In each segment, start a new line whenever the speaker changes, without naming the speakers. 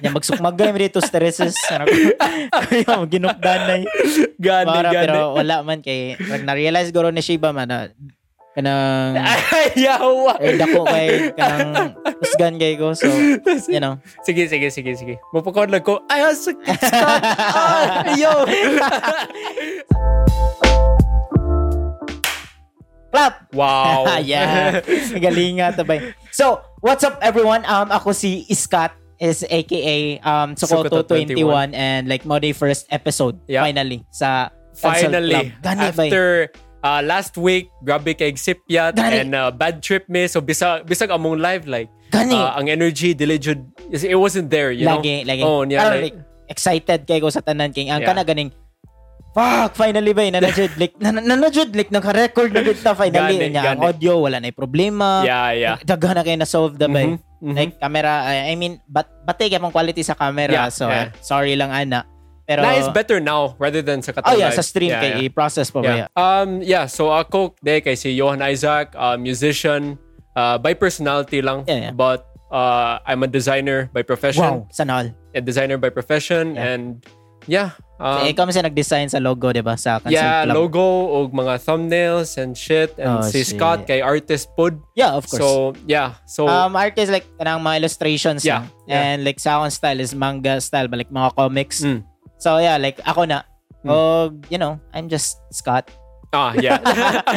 Nya magsukmag gay dito stresses. Ano ko ginukdan na.
Gani,
Para
gani.
pero wala man kay pag na-realize guro ni Shiba man na kanang
Ay, yawa.
eh, dako kay kanang usgan kay ko so you know.
Sige, sige, sige, sige. Mapakod lang ko. Ay, ang sakit. Scott. Ay, yo.
Clap.
wow.
yeah. Galing nga tabay. So, what's up everyone? Um ako si Iskat is aka um Sokoto
Sokoto
21
21.
and like mo day first episode
Yeah.
finally sa Consult
Finally,
Club. Gani bay.
after uh, last week, grabe kay Exipyat
Gani.
and uh, Bad Trip me. So, bisag, bisag among live, like,
Gani.
uh, ang energy, diligent, it wasn't there, you
lagi,
know?
lagi.
Oh, yeah,
Parang,
like,
like, excited kay ko sa tanan king. Ang
Yeah.
kana ganing Fuck, finally ba, nanajud like nan- nanajud like naka-record na gud ta finally
Gani,
niya ang
gani.
audio wala na problema.
yeah, yeah.
Daghan na kay na solve da bay.
Mhm, mhm.
Like camera I I mean bat batay kay pang quality sa camera
Yeah,
so
yeah.
sorry lang ana. Pero
Na is better now rather than sa
Oh
katulad.
yeah, sa stream kay i-process pa ba.
Yeah.
Oh, Yeah.
Um, yeah, so ako, de, kay si Johan Isaac, uh, musician, uh, by personality lang,
Yeah, yeah.
but uh, I'm a designer by profession.
Wow, sanal.
A designer by profession,
Yeah.
and yeah.
So,
Um,
Eh, ikaw man siya nag-design sa logo, 'di ba? Sa Consult
yeah,
Club.
logo og mga thumbnails and shit.
Oh,
And si
shit.
Scott kay artist pod.
Yeah, of course.
So, yeah. So,
Um, art is like kanang mga illustrations
Yeah,
lang.
yeah.
And like sa akong style is manga style, balik mga comics.
Mm.
So yeah, like ako na.
Mm.
Og, you know, I'm just Scott.
ah, yeah.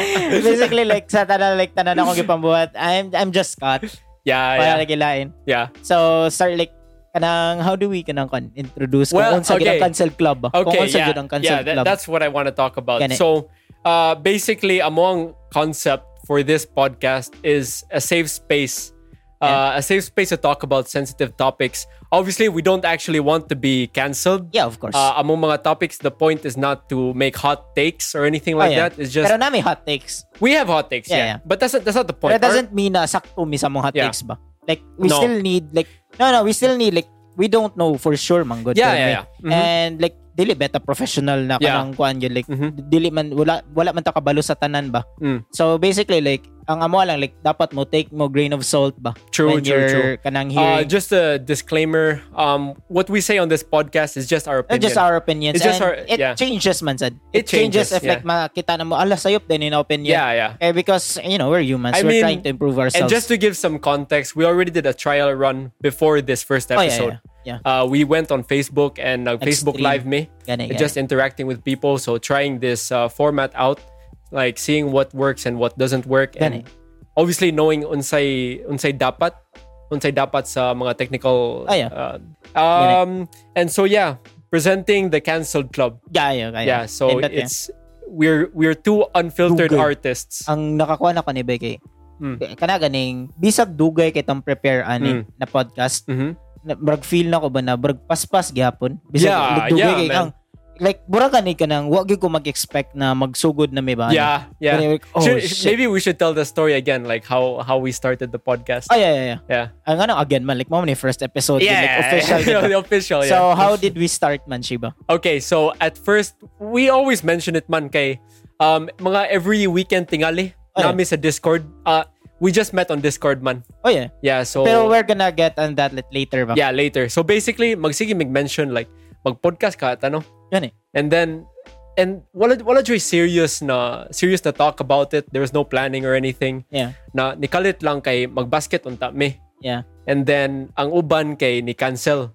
Basically like sa tanan like tanan akong gipambuhat, I'm I'm just Scott para
yeah, yeah,
lagi lain.
yeah.
So start like kanang how do we kanang kon introduce
Well,
kung unsa okay.
okay.
cancel club. ba?
Okay,
kung unsa
yeah,
gyud ang cancel
yeah, that-
club.
that's what I want to talk about.
Gani.
So, uh, basically, among concept for this podcast is a safe space, uh, a safe space to talk about sensitive topics. Obviously, we don't actually want to be canceled.
yeah, of course.
Uh, among mga topics, the point is not to make hot takes or anything
Oh,
like
yeah.
that. It's just
Pero na may hot takes.
we have hot takes, yeah,
Yeah, yeah.
but that's not, that's not the point.
But that doesn't mean na sakto mi sa mong hot
Yeah.
takes ba? Like, we
No.
still need, like, no, no, we still need, like, we don't know for sure, man. Good
Yeah,
kami.
yeah, yeah. Mhm.
And, like, dili beta professional na
Yeah.
kanang kuan yun. Like,
Mhm.
dili man, wala, wala man ta kabalo sa tanan ba?
Mm.
So, basically, like, ang amo lang, like, dapat mo take mo grain of salt ba?
True,
when
true,
you're
true.
kanang
Uh,
hearing.
just a disclaimer. Um, what we say on this podcast is just our
Uh,
opinion.
just our opinions.
It's just
And
our-
it
yeah.
changes man, sad. It,
It
changes,
changes,
if, like, makita na mo, ala, sayop din in opinion.
yeah, yeah.
Eh, because, you know, we're humans.
I
we're
mean,
trying to improve ourselves.
And just to give some context, we already did a trial run before this first
Oh, yeah,
episode.
yeah,
Uh, we went on Facebook and uh, Facebook
Extreme.
Live me,
Gani, gani.
just interacting with people. So trying this uh, format out, like seeing what works and what doesn't work,
Gani.
and obviously knowing unsay unsay dapat unsay dapat sa mga technical.
Oh, yeah. eh.
uh, um, and so yeah, presenting the cancelled club.
Gaya, gaya.
Yeah, so
And that, yeah.
it's we're we're two unfiltered
Dugay.
artists.
ang nakakuha na ko ni Bay kay
Mm.
kana ganing bisag dugay kay tong prepare ani
Mm.
na podcast
Mhm.
na, brag feel na ko ba na brag paspas gihapon bisag
Yeah,
dugay
yeah,
kay
man.
ang like bura ka ni kanang wa gyud ko mag-expect na magsugod na may ba ani.
Yeah, yeah.
Ganun, like, oh
Should-
shit
maybe we should tell the story again, like how how we started the podcast.
oh yeah yeah yeah
yeah,
ang ano again man like mo ni first episode yun, like official
yeah,
kita.
the official. Yeah.
so how did we start man Shiba
okay, so at first we always mention it man kay um mga every weekend tingali
Oh, yeah.
namin sa Discord. Uh, we just met on Discord man.
oh yeah
Yeah, so
pero we're gonna get on that lit- later ba
yeah later. So basically, magsige mention like mag podcast ka at ano,
yun eh
and then and wala wala joy serious na serious na talk about it. There was no planning or anything.
yeah
Na nikalit lang kay magbasket unta me.
yeah
And then, ang uban kay ni Cancel.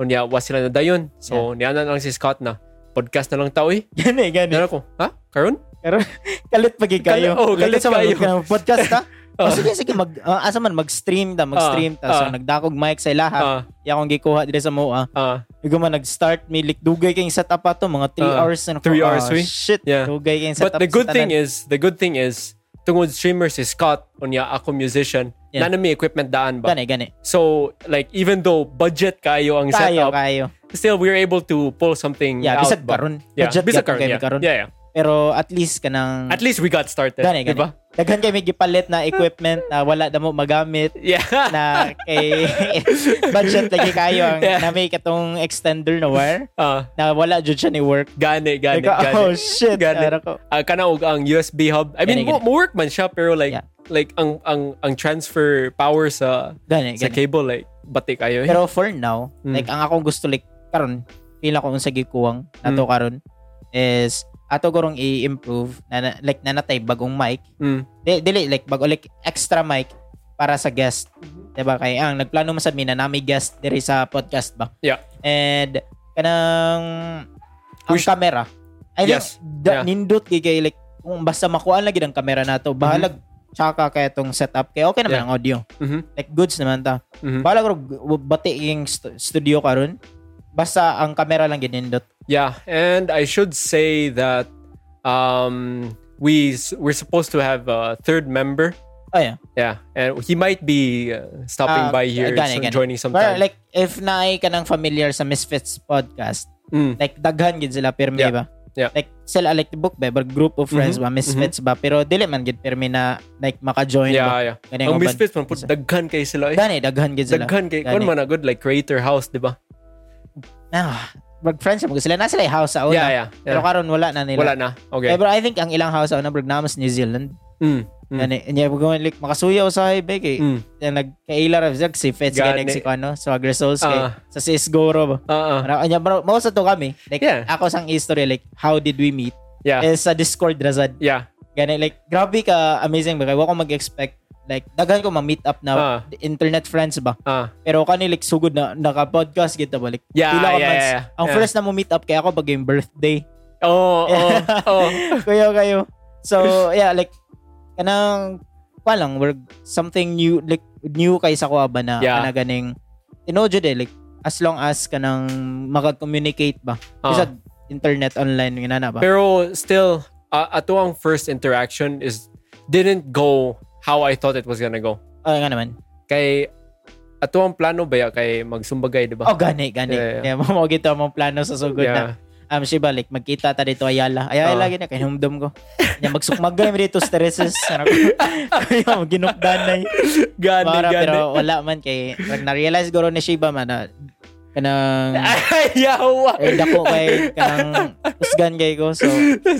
Kunya, wa sila na dayon. So, niana na lang si Scott na, podcast na lang tao eh.
yan eh ganun
Nana ko, ha? Karon?
Pero kalit pagi kayo.
Kalit- oh, kalit
sa kayo.
kayo.
Ka ng podcast ha?
Oh.
Oh, sige, sige. Mag, ah, asa man, mag-stream ta. Mag-stream ta. so,
ah.
nagdakog mic sa ilaha.
Ah,
Yakong gikuha dito sa MOA.
ah,
Igo man, nag-start. May likdugay kayong setup pa to. Mga 3
Ah,
hours. Ano,
three hours, we?
Shit.
Yeah.
Dugay kayong
But
setup.
the good thing is, the good thing is, tungod streamer si Scott, kunya, ako musician,
Yeah.
nana may equipment daan ba?
Gani, gani.
So, like, even though budget kayo ang
Kayo,
setup,
kayo.
still, we were able to pull something
Yeah,
out.
bisag
ba?
karon.
Yeah,
Budget
bisag
ka
karon,
kayo,
yeah.
karon.
Yeah, yeah.
Pero at least ka nang...
At least we got started.
Gani, gani.
diba?
Daghan kayo may gipalit na equipment na wala na mo magamit.
Yeah.
na kay budget lagi kayo ang
Yeah.
na may katong extender na wire
Ah,
na wala jud siya ni work
gani, gani,
Like,
gani.
oh shit.
Ganit.
Ara ko.
uh, kana og ang USB hub. I
Ganun,
mean, mo,
ganun.
mo work man siya pero like
Yeah.
like ang ang ang transfer power sa
Gani,
sa
gani.
cable like batik kayo. eh.
Pero for now,
Mm.
like ang akong gusto like karon, pila ko unsa gikuwang nato
Mm.
karon is ato gorong i-improve na, na- like nanatay bagong mic.
Mm.
Di- Dili like bago like extra mic para sa guest.
Mhm.
'Di ba kay ang nagplano man sad mi na nami guest diri sa podcast ba.
Yeah.
And kanang ang
We should-
camera. I think
Yes.
da,
Yeah. Mhm.
nindot kay kay like kung basta makuha lagi ang camera nato, bahalag tsaka kay itong setup kay okay naman
Yeah.
ang audio.
Mhm.
Like goods naman ta.
Mhm.
Bala ko w- bati yung st- studio karon. Basta ang camera lang ginindot.
Yeah, and I should say that um, we s- we're supposed to have a third member.
Oh yeah.
Yeah, and he might be uh, stopping
Ah,
by here,
again,
so
again.
joining
But
sometime.
like if naay ka ng familiar sa Misfits podcast,
Mm,
like daghan gid sila pirmi
Yeah.
ba?
Yeah.
Like sila like the book ba, but group of friends
Mhm.
ba, Misfits ba, pero dili man gid pirmi na like maka-join ba.
yeah, yeah.
Ganyan
Ang
ang
misfits man, put
Isa.
daghan kay sila. Eh.
Gani daghan gid sila.
Daghan kay, kun
Gani.
man na good like creator house, di ba?
Ah, mag friends ba sila na sila yung house sa una.
Yeah, yeah,
Pero
yeah.
karon wala na nila.
Wala na. Okay.
Pero I think ang ilang house sa una brog namas New Zealand.
Mm, mm,
Gani, and yeah, going like makasuyaw sa ibig eh.
mm.
na nagkaila ra Zerg si Fetz kay nag
Gani.
si ano, Swagger Souls kay
Ah.
sa si Isgoro.
Uh, uh,
Ano anya bro, mao sa to kami. Like
Yeah.
ako sang history like how did we meet?
yeah,
Is sa Discord razad.
yeah.
Gani like grabe ka amazing ba kay wa ko mag-expect like daghan ko ma-meet up na
Uh,
internet friends ba.
uh,
Pero kani like sugod na naka-podcast gito ba like
yeah,
pila
yeah,
ka
yeah,
months.
yeah.
Ang first na mo meet up kay ako pag yung birthday.
Oh, oh, oh.
Kuya kayo. So, yeah, like, kanang, walang, we're something new, like, new kay sa kuha ba na,
Yeah.
kana ganing, tinodyo de, eh, like, as long as kanang makag-communicate ba.
Ah.
Kasi sa internet online, yun na ba?
Pero still, uh, ato ang first interaction is didn't go how I thought it was gonna go.
Ah, nga naman.
Kay ato ang plano ba ya kay magsumbagay, di ba?
Oh, gani, gani.
Yeah, yeah.
Kaya mo mo gito mong plano sa sugod na.
yeah.
Um, si balik, magkita ta dito Ayala. Ayala
Ah.
lagi na, kinumdum ko. Kanya magsukmagay mo dito, stresses. Ano ko? Kaya mo, ginukdanay.
Gani,
Para,
gani.
pero wala man kay pag na-realize guro ni Shiba man na kanang
Yawa.
eh, dako kay kanang usgan kay ko so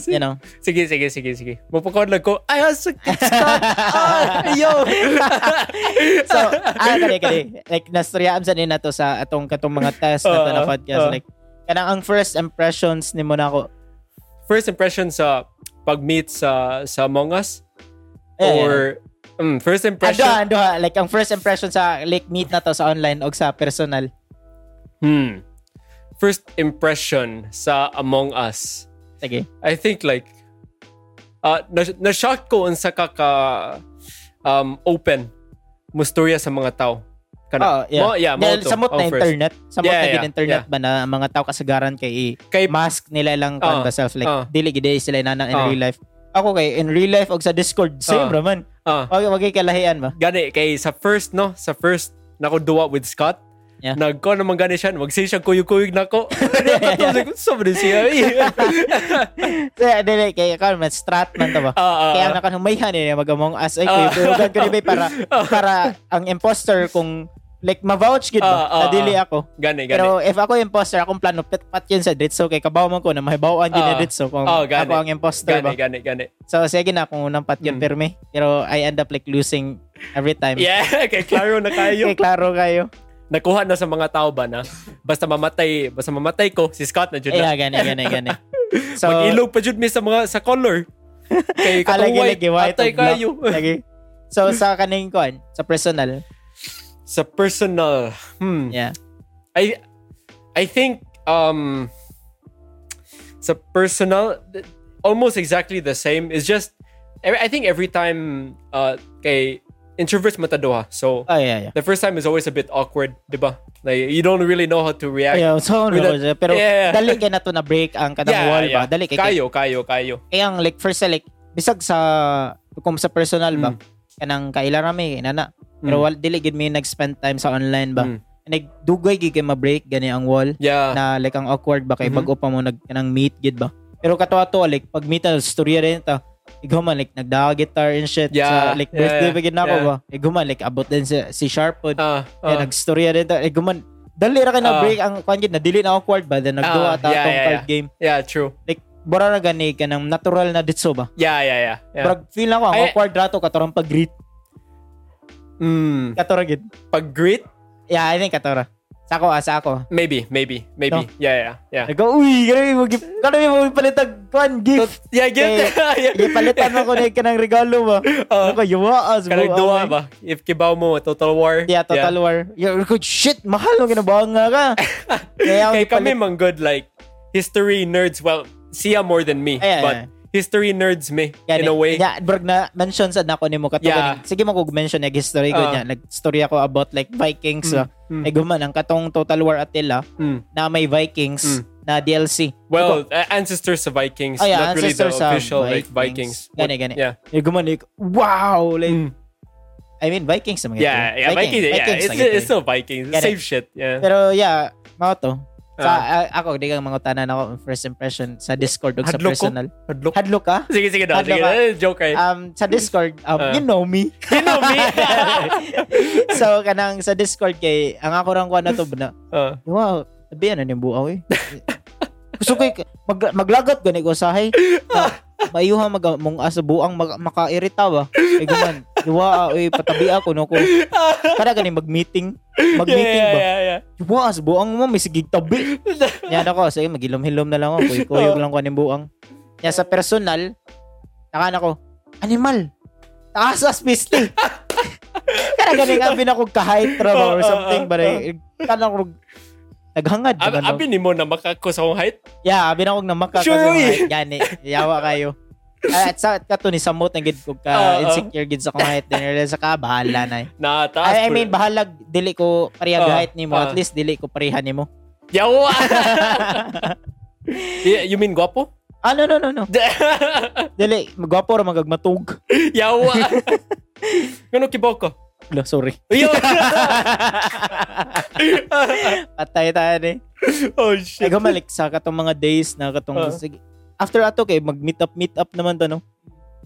you know
sige, sige, sige, sige. Mapakod lang ko. Ay, ah, sakit. Stop. Ah, yo.
so ah kani kani like nastoryaan sa nina to sa atong katong mga test na to na
Oo,
podcast
oo.
like kanang ang first impressions ni mo na ako
First impression sa pag-meet sa, sa Among Us?
eh,
or, mm, first
ando
impression?
ando like ang first impression sa like meet na to sa online og sa personal
Hmm. First impression sa Among Us.
sige
I think like uh, na- na-shock ko unsa ka ka um, open mo storya sa mga tao.
oh yeah,
Ano? Mo, yeah, mo
Dahil
to.
samot
Oh,
na
first.
internet samot
Yeah,
na
yeah,
gid internet ba na ang mga tao kasagaran kay i
Kay
mask nila lang kan
Ah,
ba self like
ah.
dili gid eh sila nana in
Ah.
real life ako kay in real life og sa discord same
Ah.
ra man
ah,
wag wag kay kalahian ba
gani kay sa first no, sa first nako duwa with Scott.
Yeah.
Nagko naman gani siya, wag siya kuyog-kuyog nako. Tapos ko sobrang siya. eh.
so dili kay ako man strat man to ba
Ah, ah,
kaya
ah.
ang nakanumayhan eh magamong as ay
Ah.
kuy dugan ko ni bay para para ang imposter kung like ma-vouch gid ba
Ah, ah,
na dili ako
gani gani.
pero if ako imposter akong plano pet pat yun sa dritso kay kabaw man ko na mahibawaan gid
Ah.
na dritso kung
Oh, gani.
ako ang imposter ba
gani gani gani.
so sige na kung unang pat yun
Mm.
pirmi pero I end up like losing every time
Yeah, kay klaro na kayo.
kay klaro kayo
Nakuha na sa mga tao ba na basta mamatay, basta mamatay ko si Scott na jud na.
Yeah, gani, gani, gani. So,
Mag-ilog pa jud mi sa mga sa color. Kay katong
alagi,
white,
lagi, white
atay
o black.
kayo.
Lagi. So, sa kaning kon, sa personal,
sa personal, hmm.
yeah.
I I think um sa personal th- almost exactly the same. It's just every- I think every time uh kay introverts matadoha. So
Oh, yeah, yeah.
the first time is always a bit awkward, 'di ba? Like you don't really know how to react.
Ayaw, so,
With
no, pero
yeah.
dali kay na to na break ang kanang wall ba? Dali kay, kay,
kayo, kayo, kayo.
kay ang like first like bisag sa kung sa personal ba kanang kaila rami inana. Pero
Mm.
wal dili gid mi nag-spend time sa online ba.
Mm.
Nagdugay gid kay ma-break gani ang wall
Yeah.
na like ang awkward ba kay
Mhm.
bago pa mo nag kanang meet gid ba. Pero katuwa to like pag meet na storya rin ta. Iguma like nagdaga guitar and shit.
Yeah,
So, like
yeah,
birthday
yeah,
ba gid na ako
yeah.
ba. Iguma like abot din si, si Sharpwood.
Ah,
Uh, yeah,
ah.
nagstorya rin ta. Iguma dali ra ka na
Ah.
break ang kwan gid na dili na awkward ba then nagduwa
Ah,
ta
yeah,
tong
yeah,
card game.
yeah, true.
Like bora na gani kanang natural na ditso ba.
Yeah, yeah, yeah. yeah.
Pero feel na ko ang
Ay-
awkward ra to katorang pag greet
mm,
katorang gid.
pag greet,
Yeah, I think Katora. Sa ako, ah, sa ako.
Maybe, maybe,
No.
maybe. Yeah, yeah, yeah.
Nag- uy, ganun yung gift. Ganun yung palitag kwan,
So,
gift.
yeah, gift.
Eh, Yung palitan ako na ka ng regalo mo.
Oo.
Ano ka, yuwaas mo. Oh
Kanang Oh, duwa
my-
ba? If kibaw mo, Total War.
Yeah, Total War. You're good. Shit, mahal nung ginabahan nga ka. Kaya
Yeah.
ako
Kay kami
palit-
mang good, like, history nerds, well, siya more than me,
Yeah,
but
yeah.
history nerds me,
Yan,
in a way.
Yeah, brog na mention sad na ako ni mo katong
Yeah.
sige mo kog mention nag history ko
Ah.
niya. Nag story ako about like Vikings.
Mm,
ah. Eh guman ang katong Total War Attila
Mm.
na may Vikings
Mm.
na DLC.
Well, uh, ancestors of
Oh,
Vikings,
yeah,
not really the
ancestors of
official like
Vikings.
Vikings.
Gani,
What-
gani.
Yeah,
Eh guman like wow, like
Mm.
I mean Vikings naman
yeah, yeah. Vikings, yeah.
Vikings
it's,
na gito.
it's still Vikings.
Gani.
Same shit. Yeah.
Pero yeah, mao to. Sa
Ah.
a- ako di kang mangutanan ako on first impression sa Discord ug sa
Hadlok ko?
personal.
Hadlok.
Hadlok ka?
Sige, sige daw.
Hadlok
Sige,
ka.
eh, joke kayo.
Um sa Discord, um,
Ah.
you know me.
you know me.
so kanang sa Discord kay ang ako rang kuha na to na
uh,
Wow, sabi yan, ano yung buaw eh. Gusto ko eh, mag, maglagat gani ko sahay. Ma, mayuha mag mong asa buang mag, makairita ba. Eh guman, diwa eh patabi ako no ko. Kada gani mag-meeting, mag-meeting
yeah,
ba.
yeah, yeah.
Diwa as buang mo may sigig tabi. Yan ako, sige magilom-hilom na lang ako, kuy kuyog lang ko ni buang. Ya sa personal, nakan ako, animal. Taas as piste. Kada gani nga binakog ka height or
Oh, oh,
something
oh,
ba kanang rug- naghangad
Ab-
naman, no?
Abi ni mo na makako sa akong height.
Yeah, binakog na maka
Sure,
kasi mga gani. Yawa kayo. Ah, At sa kato ni Samot ang gid ko ka
Oo.
insecure gid sa kong height din realize ka bahala na. eh.
Na taas.
I, I
po.
mean bahalag dili ko pareha
Ah, Oo,
height nimo at
oo.
least dili ko pareha nimo.
Yawa. yeah, you mean guapo?
Ah no no no no. Dili magwapo ra magagmatog.
Yawa. Gano kibaw ko?
Lo sorry.
Yo.
Patay tayo ni.
oh
Ay
shit.
gumalik sa katong mga days na katong
Oo.
sige. After ato kay mag meet up meet up naman to no.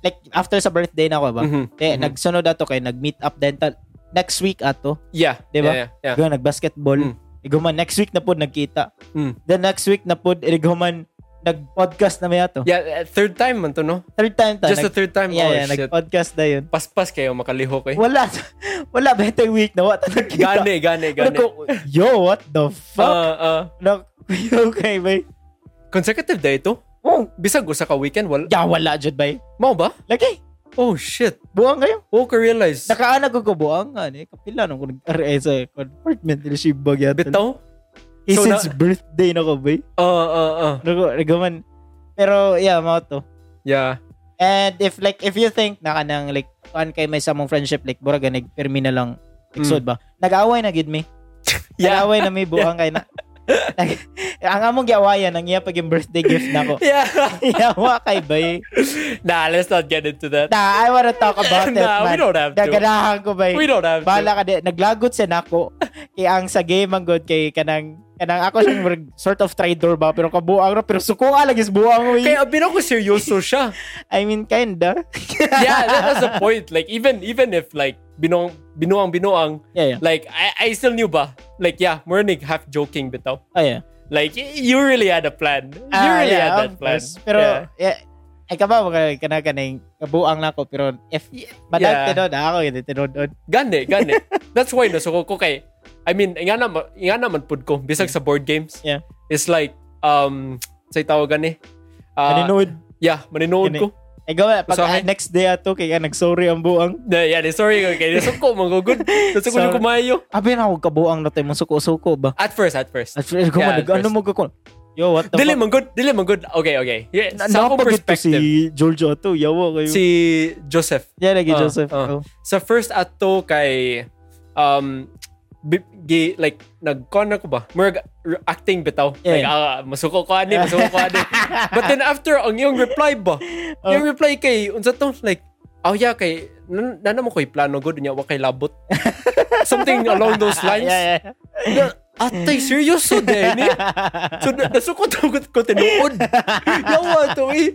Like after sa birthday na ako ba.
Mhm.
Eh,
Mhm.
nagsunod ato kay nag meet up then ta- next week ato.
Yeah.
Diba?
Yeah, yeah. yeah.
Ikaw, nag-basketball.
Mm.
Ikaw man, next week na po nagkita.
Mm.
The next week na po, ikaw man, nag-podcast na may ato.
Yeah, uh, third time man to, no?
Third time ta.
Just the
nag-
third time.
yeah,
oh,
yeah,
shit.
nag-podcast na yun.
Paspas kayo, makaliho kayo.
Wala. Wala ba yung week na wala nagkita?
Gane, gane,
Ano
gane.
ko, yo, what the fuck?
Uh, uh,
Ano, okay, bay.
consecutive day ito?
Oh,
Bisag usa ka weekend, wala.
yeah, wala dyan, bay.
Mao ba?
Lagi,
Oh, shit.
buwang kayo.
Oh, ka realize.
Nakaanag ko ko buwang nga, eh. Kapila nung kung nag-RA sa compartment nila si Bagya.
Bitaw?
Eh,
So,
since
na-
birthday na ko, bay.
Uh, uh, uh.
Ano ko, ikaw man. Pero, yeah, mga to.
Yeah.
And if like if you think na kanang like kuan kay may samong friendship like bura ganig pirmi na lang like,
Mm.
sod ba. Nag-away na gid mi.
Yeah.
Nag-away na mi buhang kay na. Nag- ang among giawayan ang iya pag yung birthday gift nako.
Yeah.
Yawa kay bay.
nah, let's not get into that.
Nah, I wanna talk about it,
Nah, we
man.
don't have to.
Naganahan ko bay.
We don't have to.
Bala ka di. Naglagot siya nako. kay ang sa game ang good kay kanang kanang ako siyang murag sort of traitor ba pero kabuang ra pero suko ka lagis buang wi.
Kaya binako seryoso siya.
I mean kinda.
yeah, that was the point. Like even even if like binong binuang binuang,
yeah, yeah.
like I, I still knew ba. Like yeah, morning half joking bitaw.
Oh yeah.
Like y- you really had a plan. You
Ah,
really
yeah,
had
of
that plan.
course. Pero,
yeah.
yeah. ay kaba mo ka kana kaning kabuang na ako pero if madag
Yeah.
tinod na ako hindi tinod on.
gane, gane. That's why nasuko ko kay I mean, nga naman, nga naman pud ko bisag sa board games.
Yeah.
It's like um say tawag gani.
Ano
Uh,
nood?
yeah, maninood
Gani.
ko.
Ay gawa pag
Usahay?
ah, next day ato kay ah, nagsorry ang buang.
Na, yeah, di- sorry ko kay nasuko mga good. Nasuko
Sorry.
ko kumayo.
Abi na ako kabuang na tayo mong suko-suko ba.
At first, at first.
At first ko
Yeah,
madag
at
ano
first.
mo ko. Yo what the
Dili
fuck?
man good, dili man good. Okay, okay. Yeah,
Na-
sa akong
napagod to
perspective, si,
si Giorgio ato. Yawa kayo.
Joseph.
yeah, lagi
Ah,
Joseph.
ah.
Oh.
Sa first ato kay um bi- gi, like nag-con ako ba? Murag r- acting bitaw.
Yeah.
Like ah, masuko ko ani, masuko ko ani. But then after ang iyong reply ba?
Oh.
Yung reply kay unsa to like oh yeah kay nan nana mo koy plano gud nya wa kay labot. Something along those lines.
Yeah, yeah.
Na- Atay, seryoso din eh. So, na- nasukot ako ko tinuod. Yawa to eh.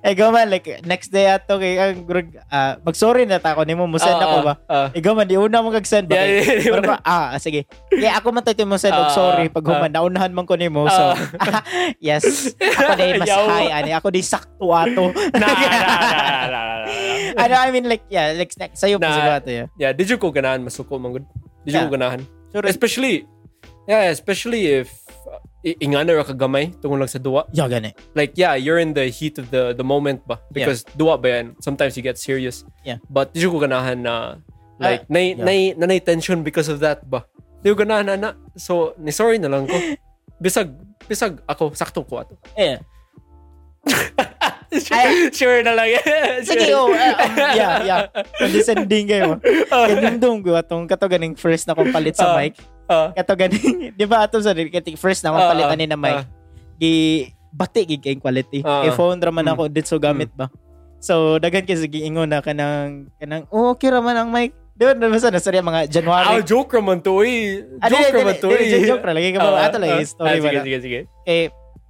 Ay gawa Eh, like next day ato kay ang grug- ah, mag-sorry na ta ako nimo mo send
Ah,
ako
ah,
ba.
ah.
Ikaw man, di una mo kag-send ba?
Yeah,
kay-
yeah, yeah,
Pero
una.
ba- ah, sige. Kaya ako man tayo mo send, og
Ah,
sorry, pag
ah.
human, naunahan man ko ni mo. So,
Ah.
yes. Ako na mas
Yawa.
high, ani. Ako di sakto ato.
Nah, nah, nah, nah, nah, nah.
ano, I mean, like, yeah, like, like sa'yo pa
Nah.
siguro ato, yeah.
Yeah, did you ko ganaan masuko man gud? Di yeah.
Yeah.
ganahan.
Sure.
Especially, yeah, especially if uh, i- ingana ra ka gamay tungod lang sa duwa.
Yeah, gani.
like yeah, you're in the heat of the the moment ba because duwa ba yan. Sometimes you get serious.
Yeah.
But di ko ganahan na like
Ah,
nay
yeah.
nay nanay tension because of that ba. Di ko ganahan na, na. So ni sorry na lang ko. Bisag bisag ako sakto ko ato.
Yeah.
sure,
Ay-
sure na lang.
Sige, oh, eh, um, yeah, yeah. Condescending kayo.
Uh,
Kadumdum ko atong kato ganing first na kong palit sa
Ah.
mic. Kato ganing, di ba atong sa kating first na
Ah,
kong palitan
ah,
ni na mic.
ah.
Gi, bati gig kayong quality.
Ah,
Kay phone raman
Mm.
ako, dito gamit ba? So, daghan kasi giingon na kanang, kanang, oh, okay raman ang mic. Di ba, nabasa na, sorry, mga
Ah,
January.
joke raman to eh.
Ah, dili,
Joke raman
dili,
to
dili,
eh.
joke ra, lagi ka ba?
Ah,
Ato lang,
ah.
story
Ah,
ba
Sige,
na?
sige, sige.
Kay,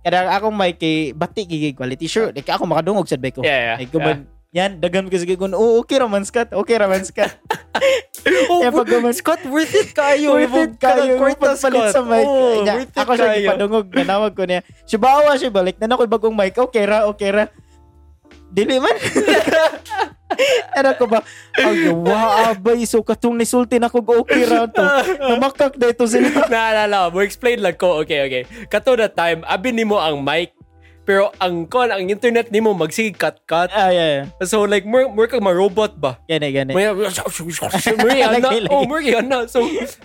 kanang akong mic, kay, bati gig quality. Sure, like, ako makadungog sad ba ko.
Yeah, yeah.
Like,
yeah.
guman, yan, daghan kasi giingon, oh, okay raman skat, okay raman skat.
Oh,
Eh, pag guman-
Scott, worth it kayo.
Worth it kayo yung pagpalit sa mic.
Oh,
Nya,
worth it
ako siya
kayo.
ipadungog. Nanawag ko niya. Siya bawa siya balik. Nanakoy bagong mic. Oh, Okay ra, okay ra. Dili man. Ano ko ba? Ay, wow, abay. So, katong nisulti na ko okay ra to. Namakak na ito sila.
Naalala, mo explain lang ko. Okay, okay. Kato na time, abi nimo ang mic, pero ang kon ang internet nimo magsige cut cut.
Ah, yeah, yeah.
So like more more kag ma-robot ba?
Gani, gani.
Maya, Murray na.
Lagay, lagay.
Oh, Murray na. So,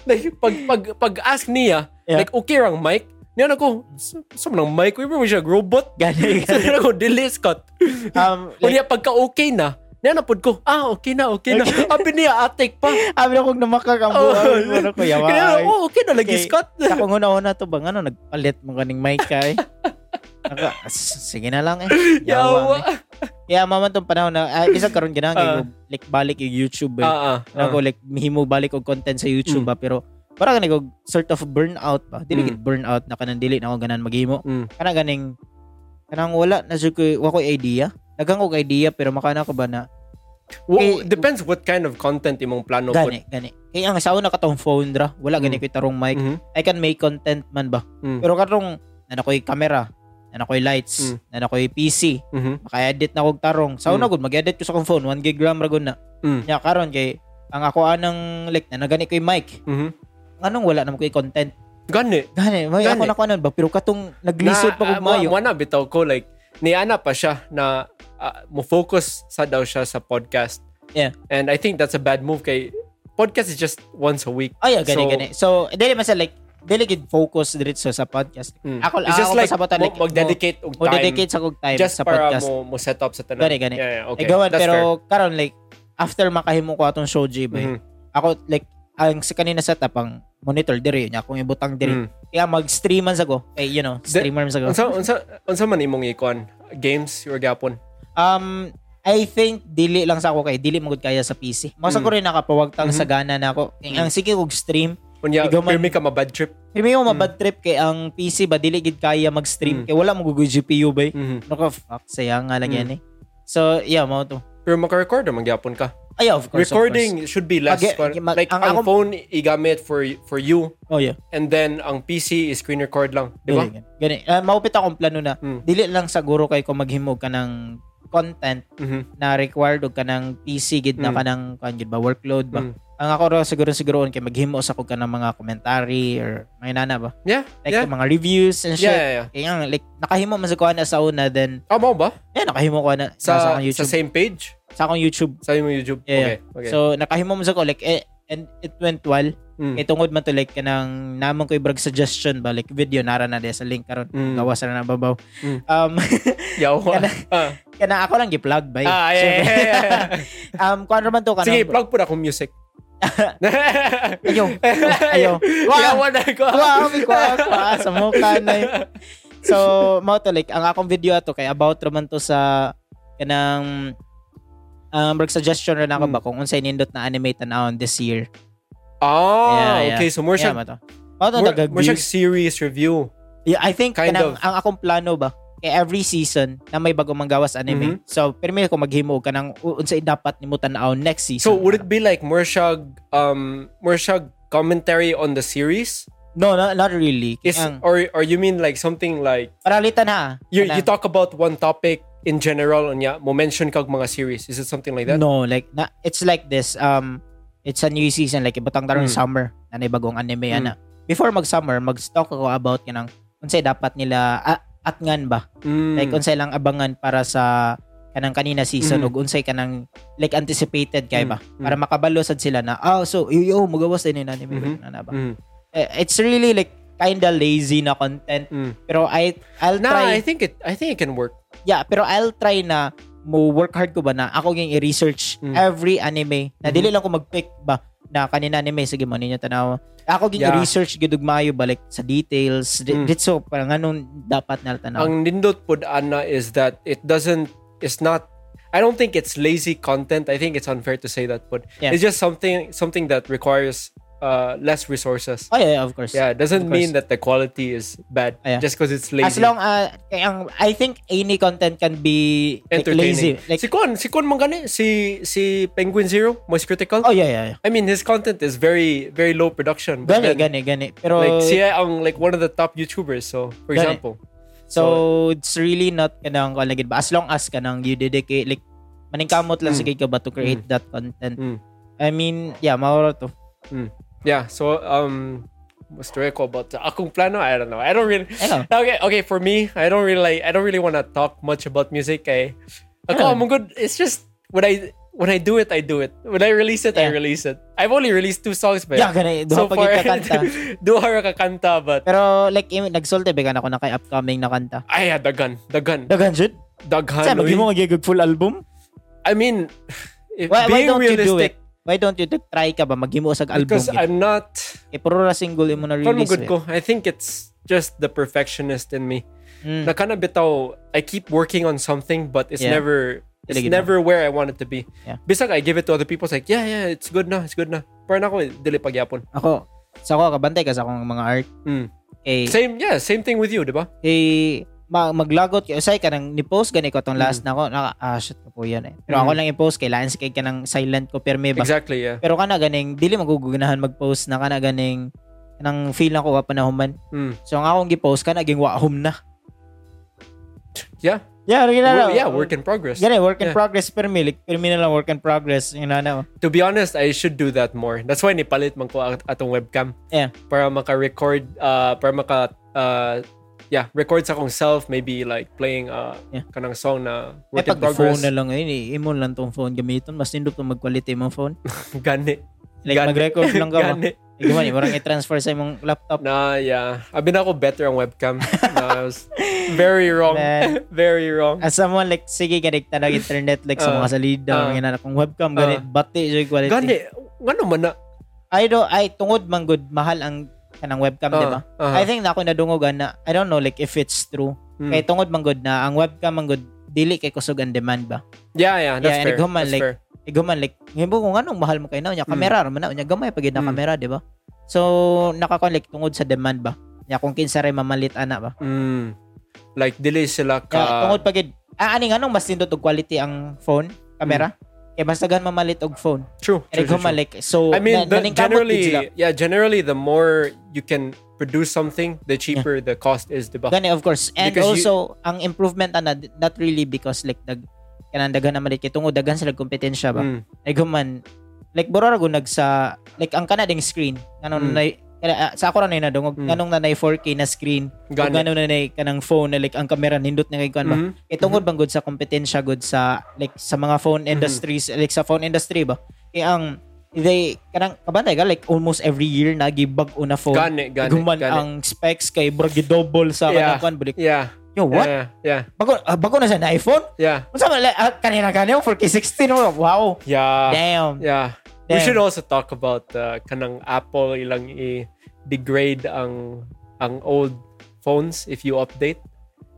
like, pag, pag, pag ask niya,
Yeah.
like, okay rang mic? Niyan ako, sa ng mic? Wait, mo siya, robot?
Gani,
So,
gani.
niyan ako, delay, Scott.
Um,
O
like,
niya, pagka okay na, niya napod ko, ah, okay na, okay na.
Okay.
Abi niya, atik pa.
amin akong namakak ang
Oh,
buhay. Ano ko, yawa.
Kaya,
ay.
oh, okay na lagi,
Okay.
Scott.
Sa kung una-una to bang ano, nagpalit mo kaning mic kay. Naka, s- sige na lang eh. Yawa.
Yawa.
Kaya mama tong panahon na ah, isa karon gina uh,
Ah.
like balik yung YouTube. Eh.
Ah, ah,
Ano ko
ah.
like mihimo balik og content sa YouTube
Mm.
ba pero para kanang og sort of burnout ba. Dili
Mm.
gid burnout na kanang dili na ako ganan maghimo.
Mm.
Kana ganing kanang wala na jud ko wa koy idea. Daghang og idea pero makana ko ba na
Wo-
Eh,
depends what kind of content imong plano pud.
gani gani. Kaya ang asawa na katong phone ra, wala gani
Mm.
koy tarong mic.
Mhm.
I can make content man ba.
Mm.
Pero karong nana koy camera, nana koy lights,
Mm.
nana koy PC,
Mhm.
maka-edit na kog tarong. Sa
Hmm.
una gud mag-edit ko sa kong phone, 1 gig RAM ra gud na.
Mm.
Nya karon kay ang ako anang like na nagani ko yung mic.
Mhm.
Anong wala naman ko yung content.
Gani.
Gani, may
Gani.
ako na kuanan ba pero katong naglisod pa
Na, ah,
kog
wa-
mayo.
Wana bitaw ko like niana pa siya na mo focus sa daw siya sa podcast.
Yeah.
And I think that's a bad move kay podcast is just once a week.
Ay, gani
So-
gani. So, dili man sa like dili gid focus diretso sa podcast.
Mm.
Ako
It's just
ako
like
sa bata
mo- mag-dedicate og
mo
time.
dedicate sa kog time
just
sa
para
podcast.
mo mo set up sa tanan.
Gani, gani.
Yeah, yeah, okay.
Like, gawan,
That's
pero karon like after makahimo ko atong show J
fair. Mhm.
Ako like ang sa kanina setup ang monitor diri nya akong ibutang diri.
Mm.
Kaya mag-streaman sa ko. Eh, you know,
The-
streamer man sa ko.
Unsa unsa unsa man imong ikon games or gapon?
Um, I think dili lang sa ako kay dili magud kaya sa PC. Masa
Mm.
ko rin nakapawagtang
Mhm.
sa gana na ako. Kay
Mm.
Ang sige kog stream.
Unya,
Ikaw man-
pirmi ka ma bad trip.
Pero may mga bad trip kay ang PC ba dili gid kaya mag-stream
Mm.
kay wala mo gugud GPU ba. eh.
Mhm.
Naka fuck saya nga lang yan eh. So, yeah, mao to.
Pero maka-record man gyapon ka.
Ay, of course. of
Recording should be less.
Mag-
kon-
mag-
like ang,
ang ako-
phone igamit for for you
course. Oh, yeah.
and then ang PC is screen record lang, di ba?
Dili, gani. Gani. Ah, maupit akong plano na
Mm.
dili lang siguro kay ko maghimog ka ng content
Mhm.
na required og kanang PC gid na
Mm.
kanang kuan gid ba workload ba.
Mm.
Ang ako ra siguro siguro kay maghimo sa kog kanang mga commentary or may nana ba.
Yeah.
Like
yeah.
yung mga reviews and
yeah,
shit.
yeah, yeah.
Kaya nga, like, nakahimo man sa kuha na sa una, then,
Ah, mao ba?
eh, nakahimo ko na sa, sa
Sa,
akong
sa
YouTube. Sa,
same page?
akong YouTube.
Sa yung YouTube?
Yeah,
Okay, okay.
So, nakahimo man sa ko, like, eh, and it went well.
Mm.
Kaya tungod man to, like, kanang naman ko ibrag suggestion ba, like, video, nara na dahil sa link karon
Mm.
Gawas na nababaw.
Mm.
Um,
Yawa. Ah,
kana ako lang i-plug ba? eh.
ah, yeah, yeah,
Siyempre.
yeah, yeah.
um, kung ano man to, kanang...
Sige, plug po na akong music.
Ayaw. Ayaw.
Yawa na ko.
Wow, may kuha, kuha sa mukha na yun. So, mao to like ang akong video ato kay about raman to sa kanang um reg suggestion ra na ako
Mm.
ba kung unsay nindot na animate tanawon this year. Yeah,
Ah,
yeah.
okay. So, more
Yeah,
siya,
mo to. Mao to
more,
dagag
more siya
views.
series review.
Yeah, I think
kind
kanang
of.
ang akong plano ba kay every season na may bagong manggawas anime.
Mm-hmm.
So, pirmi ko maghimo ka ng u- unsay dapat nimo tan-awon next season.
So, would it be like more siya, um, more siya commentary on the series?
No, no, not really.
Is,
Ang,
or, or you mean like something like,
paralitan ha.
you,
Kanang-
you talk about one topic in general and yeah, mo mention kag mga series. Is it something like that?
No, like na, it's like this. Um it's a new season like ibatang tarong
Mm.
summer na na bagong anime
Mm.
ana. Before mag summer, mag-talk ako about kanang unsay dapat nila a- atngan ba?
Mm.
Like unsay lang abangan para sa kanang kanina season
Mm.
ug unsay kanang like anticipated kay ba?
Mm.
Para makabalo sad sila na oh so yo yo magawas din yung anime
Mhm.
na na ba.
Mm.
Eh, It's really like kinda lazy na content
Mm.
pero I I'll
Nah,
try
I think it. I think it can work.
Yeah, pero I'll try na mo work hard ko ba na ako yung i-research
Mm.
every anime. Na
Mhm.
dili lang ko mag-pick ba na kanina anime sige mo ninyo tanaw. Ako yung
Yeah.
i-research gidug maayo balik sa details.
Mm.
Mm. Ditso parang anong dapat na tanaw.
Ang nindot pod ana is that it doesn't. It's not. I don't think it's lazy content. I think it's unfair to say that, but
Yeah.
it's just something something that requires uh, less resources.
oh yeah, yeah, of course.
Yeah, it doesn't
Of course.
mean that the quality is bad
Yeah.
just because it's lazy.
As long uh, kaya ang I think any content can be like, lazy.
entertaining.
Like
si Kwan, si Kwan man gani, si si Penguin Zero, most critical.
oh yeah yeah. yeah.
I mean, his content is very very low production. but
Gani,
then,
gani, gani. Pero
Like siya ang like one of the top YouTubers. So for
Gani.
example,
So, it's really not kanang kung ba as long as kanang you dedicate like maningkamot lang
Mm.
sige ka ba to create that content.
Mm.
I mean, yeah, mawala to.
yeah. So um, what's the record about the akong plano? I don't know. I don't really.
Ano?
Okay, okay. For me, I don't really like. I don't really want to talk much about music. I, ako,
Yeah.
I'm good. It's just when I when I do it, I do it. When I release it, I
Yeah.
release it. I've only released two songs, but
Yeah, gani duha pa gyud ka kanta.
duha ra ka kanta, but
Pero like im- nagsulti bigan ako na kay upcoming na kanta.
ay yeah, dagan, dagan,
Daghan jud.
dagan.
Sa
uy.
mo magigig full album?
I mean, if
Why, why
being
don't you do
realistic,
it? Why don't you like, try ka ba maghimo og album?
because
Gid?
I'm not.
Kay puro ra single imo na
Kon mo
release.
good
eh.
ko. I think it's just the perfectionist in me.
Mm.
na kana bitaw I keep working on something but it's
Yeah.
never it's
Dili gid
never where I want it to be.
Yeah.
Bisag I give it to other people it's like yeah yeah it's good na it's good na. Parang ako dili pagyapon.
Ako, sa ako kabantay ka sa akong mga art.
Mm.
Kay
Same yeah same thing with you, di ba?
eh ma- maglagot kayo. Say ka nang ni-post gani ko tong
Hmm.
last na ko. Naka, ah, shit ko po yan eh. Pero ako
Mm.
lang i-post kay Lance kay ka nang silent ko pirmi ba.
Exactly yeah.
Pero kana ganing dili magugugnahan mag-post na kana ganing nang feel na ko wa panahuman.
Mm.
So ang akong gi-post kana ging wa home na.
Yeah.
Yeah,
Wo-
regular.
yeah, work in progress.
Gani, work in
Yeah.
progress pirmi. Like, pirmi na lang work in progress. Yun na na.
To be honest, I should do that more. That's why nipalit man ko at- atong webcam.
Yeah.
Para maka-record uh para maka uh yeah, record sa akong self maybe like playing uh
Yeah.
kanang song na
Eh,
work in
pag phone
progress.
na lang yun eh. Imo lang tong phone gamiton. Mas nindot tong mag-quality mong phone.
Gani.
Like,
Gani.
mag-record lang ka mo.
Gani.
Like, man, imo lang i-transfer sa imong laptop.
Nah, yeah. I've been ako better on webcam. nah, I was very wrong.
Man.
very wrong.
As someone like, sige, ganit tanag internet, like sa
Uh,
mga salida,
uh,
mga na kung webcam, ganit,
uh,
bati, yung quality.
Gani, ano man na?
I do, ay, tungod man good, mahal ang kanang webcam, di ba?
Ah. Uh-huh.
I think na ako nadungogan na, I don't know, like, if it's true. Kay tungod man good na, ang webcam man good, dili kay kusog ang demand ba?
yeah, yeah,
Yeah,
that's
like,
fair.
human,
that's
like,
fair.
Igo man, like, himbo kung anong mahal mo kay na, unya,
Mm.
kamera, raman na, unya, gamay, pagid na
Mm.
kamera, di ba? So, nakakonlect tungod sa demand ba? Nya, kung kinsa rin mamalit, ana ba?
Mm, like, delay sila ka.
Kaya, tungod pagid, ah, aning anong mas nindot og quality ang phone, kamera? Kaya mas daghan mamalit og phone.
true, true,
Like,
true,
huma,
true.
like, so,
I
na,
mean,
naningkamot
the,
din sila.
generally, yeah, generally, the more you can produce something, the cheaper the cost is, diba?
Gani, of course. And
Because you-
also, ang improvement, ana, not really because, like, dag, kanang daghan naman, like, tungod, daghan sila kompetensya ba?
Mm,
Like, human, like, burara ko nagsa, like, ang kanading screen, ganun
Mm.
na, kana- ah, sa ako rin na dungog,
Mm.
ganun na na 4K na screen, o
gani.
ganun na na kanang phone na like ang camera nindot na kay kuan ba.
Mhm.
Kaya tungod bang good sa kompetensya good sa like sa mga phone
Hmm.
industries like sa phone industry ba. Kaya ang they kanang kabantay ka like almost every year nagibag na phone.
Gani, gani,
Oh, Guman
gani.
ang specs kay bro double sa
Yeah.
kanang kuan balik.
yeah,
Yo what?
yeah, yeah,
Bago ah, bago na sa na iPhone?
yeah,
Unsa man like, ah, kanina kanina 4K16 oh, wow.
yeah.
Damn.
Yeah. Ah. We
Damn.
should also talk about uh, kanang Apple ilang i-degrade ang ang old phones if you update.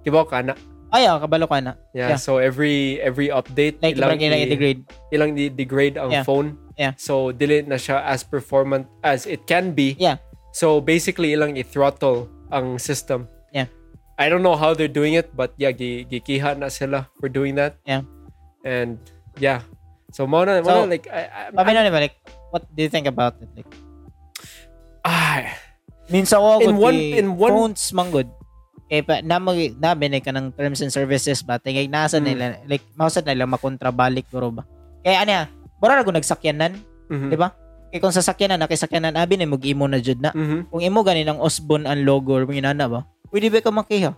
Diba kana?
Ay, ah, kabalo ka na.
Yeah,
Yeah.
so every every update
Like bro
ilang
kanina
i-
i-degrade.
ilang i-degrade ang
Yeah.
phone.
Yeah.
So dili na siya as performant as it can be.
Yeah.
So basically ilang i-throttle ang system.
Yeah.
I don't know how they're doing it but yeah gi- gikiha na sila for doing that.
Yeah.
And yeah. So mo na, mo
So,
na, like I, I,
Pamino ni balik. What do you think about it? Like
Ah,
Minsan ko
In
in
one-
one,
in one-
phones manggod. Kaya pa, na mag, na binay ka ng terms and services ba? Tingay nasa
Mm.
nila, like, mausad nila makontrabalik guro ba? Kaya ano yan, mura na kung nagsakyanan,
mhm.
di ba? Kay kung sasakyanan na, kay sakyanan abi na mag-imo na jud na.
Mhm.
Kung imo gani ng Osborn ang logo or inana ba? Pwede ba ka makiha?